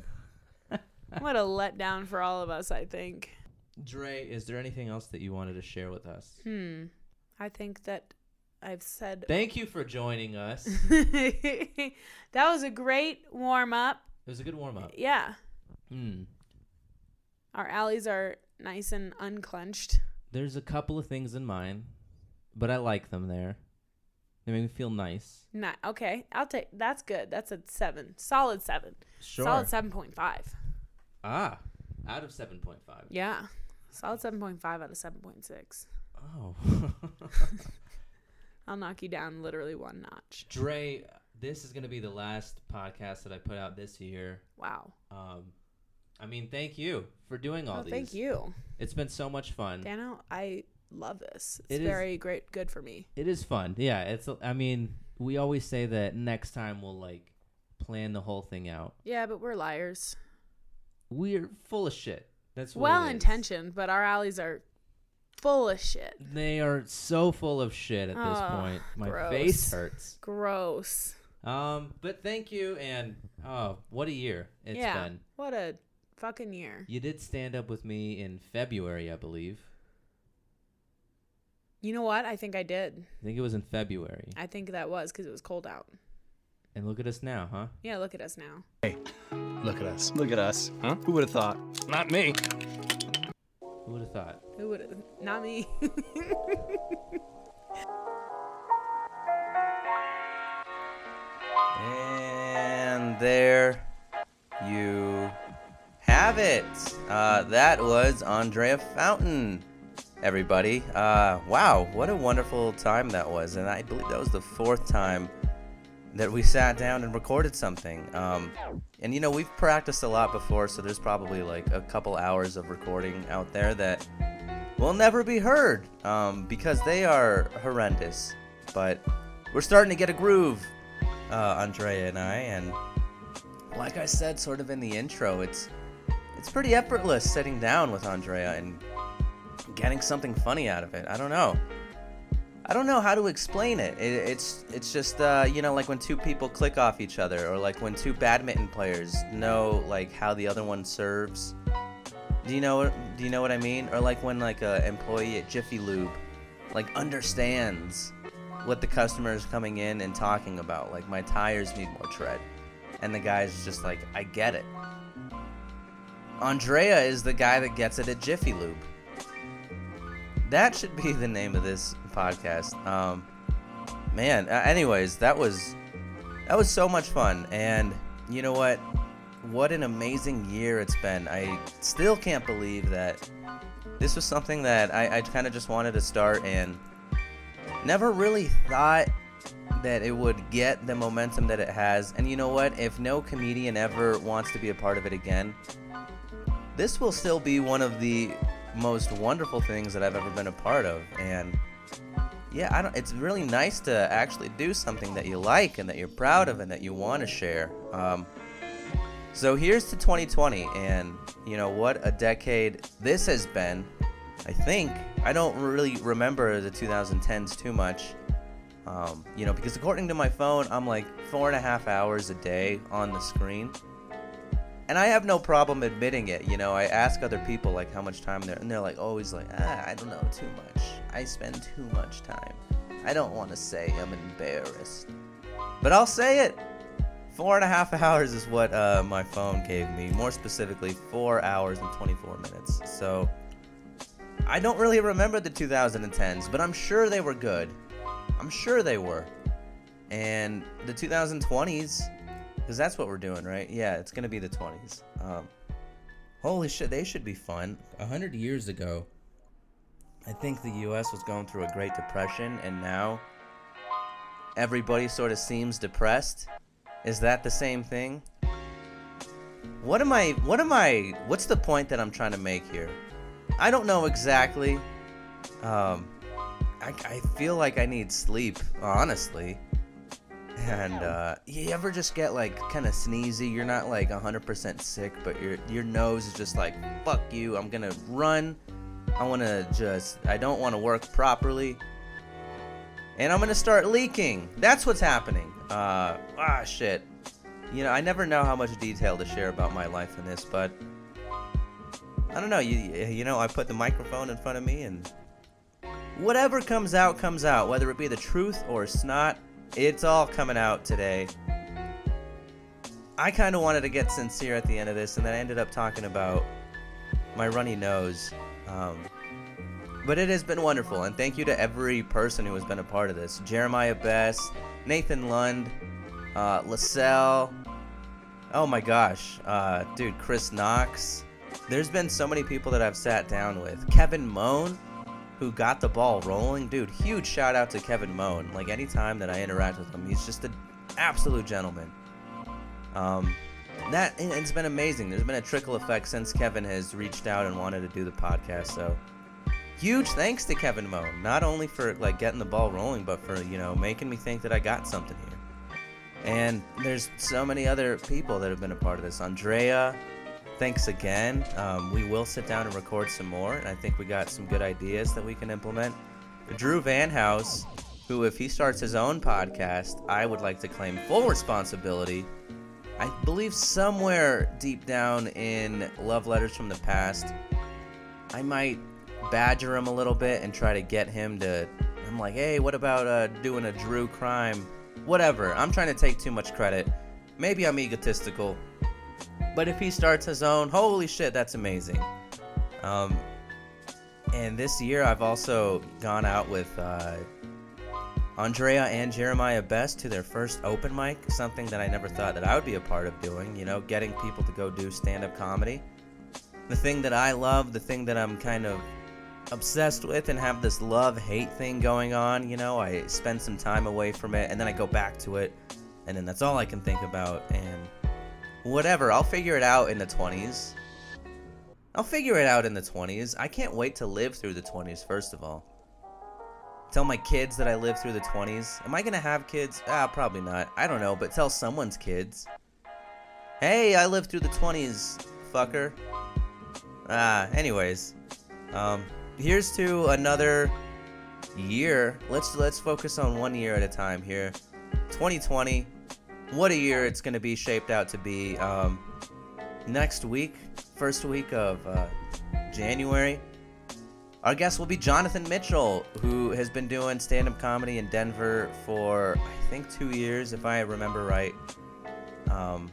S1: Oh, what a letdown for all of us, I think.
S3: Dre. Is there anything else that you wanted to share with us?
S1: Hmm. I think that I've said
S3: Thank you for joining us. It
S1: that was a great warm up.
S3: was a good warm up.
S1: Yeah.
S3: Mm.
S1: Our alleys are nice and unclenched.
S3: There's a couple of things in mine, but I like them there. They make me feel nice.
S1: Not okay. I'll take that's good. That's a seven. Solid seven.
S3: Sure.
S1: Solid seven point five.
S3: Ah, out of seven point five.
S1: Yeah. Solid seven point five out of seven point six.
S3: Oh,
S1: I'll knock you down literally one notch.
S3: Dre. This is gonna be the last podcast that I put out this year.
S1: Wow.
S3: Um, I mean, thank you for doing all
S1: Well,
S3: these.
S1: Oh, thank you.
S3: It's been so much fun.
S1: Dano, I love this. It's
S3: It is-
S1: very great good for me.
S3: It is fun. Yeah, it's. I mean, we always say that next time we'll like plan the whole thing out.
S1: Yeah, but we're liars.
S3: We're full of shit. That's what it is.
S1: Well intentioned, but our alleys are full of shit.
S3: They are so full of shit at this
S1: Ugh,
S3: point. My
S1: gross.
S3: face hurts.
S1: Gross.
S3: Um, but thank you, and oh, what a year it's
S1: yeah.
S3: been.
S1: What a fucking year.
S3: You did stand up with me in February, I believe.
S1: You know what? I think I did.
S3: I think it was in February.
S1: I think that was because it was cold out.
S3: And look at us now, huh?
S1: Yeah, look at us now.
S10: Look at us.
S11: Look at us. Huh? Who would have thought? Not me.
S3: Who would have thought?
S1: Who would? Not me.
S6: And there you have it. Uh, that was Andrea Fountain. everybody. Uh, wow, what a wonderful time that was. And I believe that was the fourth time that we sat down and recorded something. Um, and you know, we've practiced a lot before, so there's probably like a couple hours of recording out there that will never be heard um, because they are horrendous. But we're starting to get a groove, uh, Andrea and I. And like I said, sort of in the intro, it's it's pretty effortless sitting down with Andrea and getting something funny out of it. I don't know. I don't know how to explain it. it it's it's just uh, you know like when two people click off each other, or like when two badminton players know like how the other one serves. Do you know what Do you know what I mean? Or like when like a employee at Jiffy Lube, like understands what the customer is coming in and talking about. Like my tires need more tread, and the guy's just like, I get it. Andrea is the guy that gets it at Jiffy Lube. That should be the name of this podcast. Um, man. Uh, anyways, that was that was so much fun, and you know what? What an amazing year it's been. I still can't believe that this was something that I, I kind of just wanted to start and never really thought that it would get the momentum that it has. And you know what? If no comedian ever wants to be a part of it again, this will still be one of the most wonderful things that I've ever been a part of. And yeah, I don't, it's really nice to actually do something that you like and that you're proud of and that you want to share. Um, so here's to 2020, and you know what a decade this has been. I think I don't really remember the 2010s too much, um, you know, because according to my phone, I'm like four and a half hours a day on the screen. And I have no problem admitting it. You know, I ask other people like how much time they're, and they're like always like, ah, I don't know, too much. I spend too much time. I don't want to say I'm embarrassed, but I'll say it. Four and a half hours is what uh, my phone gave me. More specifically, four hours and 24 minutes. So I don't really remember the 2010s, but I'm sure they were good. I'm sure they were. And the 2020s, because that's what we're doing, right? Yeah, it's gonna be the 20s. Um, holy shit, they should be fun. A hundred years ago, I think the U.S. was going through a Great Depression, and now everybody sort of seems depressed. Is that the same thing? What am I? What am I? What's the point that I'm trying to make here? I don't know exactly. Um, I, I feel like I need sleep, honestly. And uh, you ever just get like kind of sneezy? You're not like 100% sick, but your your nose is just like fuck you. I'm gonna run. I want to just. I don't want to work properly. And I'm gonna start leaking. That's what's happening. Uh, ah shit. You know, I never know how much detail to share about my life in this, but I don't know. You you know, I put the microphone in front of me, and whatever comes out comes out. Whether it be the truth or snot, it's all coming out today. I kind of wanted to get sincere at the end of this, and then I ended up talking about my runny nose. Um, but it has been wonderful, and thank you to every person who has been a part of this: Jeremiah Bess, Nathan Lund, uh, Lascelle. Oh my gosh, uh, dude, Chris Knox. There's been so many people that I've sat down with. Kevin Moan, who got the ball rolling. Dude, huge shout out to Kevin Moan. Like anytime that I interact with him, he's just an absolute gentleman. Um, that and it's been amazing. There's been a trickle effect since Kevin has reached out and wanted to do the podcast. So huge thanks to Kevin Moan, not only for like getting the ball rolling, but for you know making me think that I got something here. And there's so many other people that have been a part of this. Andrea, thanks again. Um, we will sit down and record some more, and I think we got some good ideas that we can implement. Drew Van House, who, if he starts his own podcast, I would like to claim full responsibility. I believe somewhere deep down in Love Letters from the Past, I might badger him a little bit and try to get him to. I'm like, hey, what about uh, doing a Drew crime? Whatever. I'm trying to take too much credit. Maybe I'm egotistical. But if he starts his own, holy shit, that's amazing. Um, and this year, I've also gone out with uh, Andrea and Jeremiah Best to their first open mic, something that I never thought that I would be a part of doing, you know, getting people to go do stand up comedy. The thing that I love, the thing that I'm kind of obsessed with and have this love hate thing going on. You know, I spend some time away from it and then I go back to it, and then that's all I can think about. And whatever, I'll figure it out in the 20s. I'll figure it out in the 20s. I can't wait to live through the 20s, first of all. Tell my kids that I lived through the 20s. Am I gonna have kids? Ah, probably not. I don't know, but tell someone's kids. Hey, I lived through the 20s, fucker. Ah, anyways, um, here's to another year. Let's let's focus on one year at a time here. 2020, what a year it's gonna be shaped out to be. Um, next week, first week of uh, January, our guest will be Jonathan Mitchell, who has been doing stand up comedy in Denver for, I think, two years, if I remember right. Um,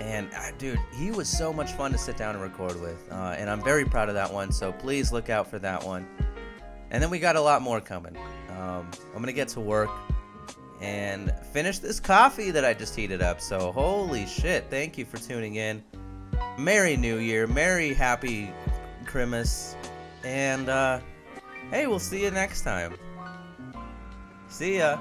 S6: and, uh, dude, he was so much fun to sit down and record with. Uh, and I'm very proud of that one, so please look out for that one. And then we got a lot more coming. Um, I'm going to get to work and finish this coffee that I just heated up. So, holy shit, thank you for tuning in. Merry New Year, Merry Happy Christmas, and uh, hey, we'll see you next time. See ya.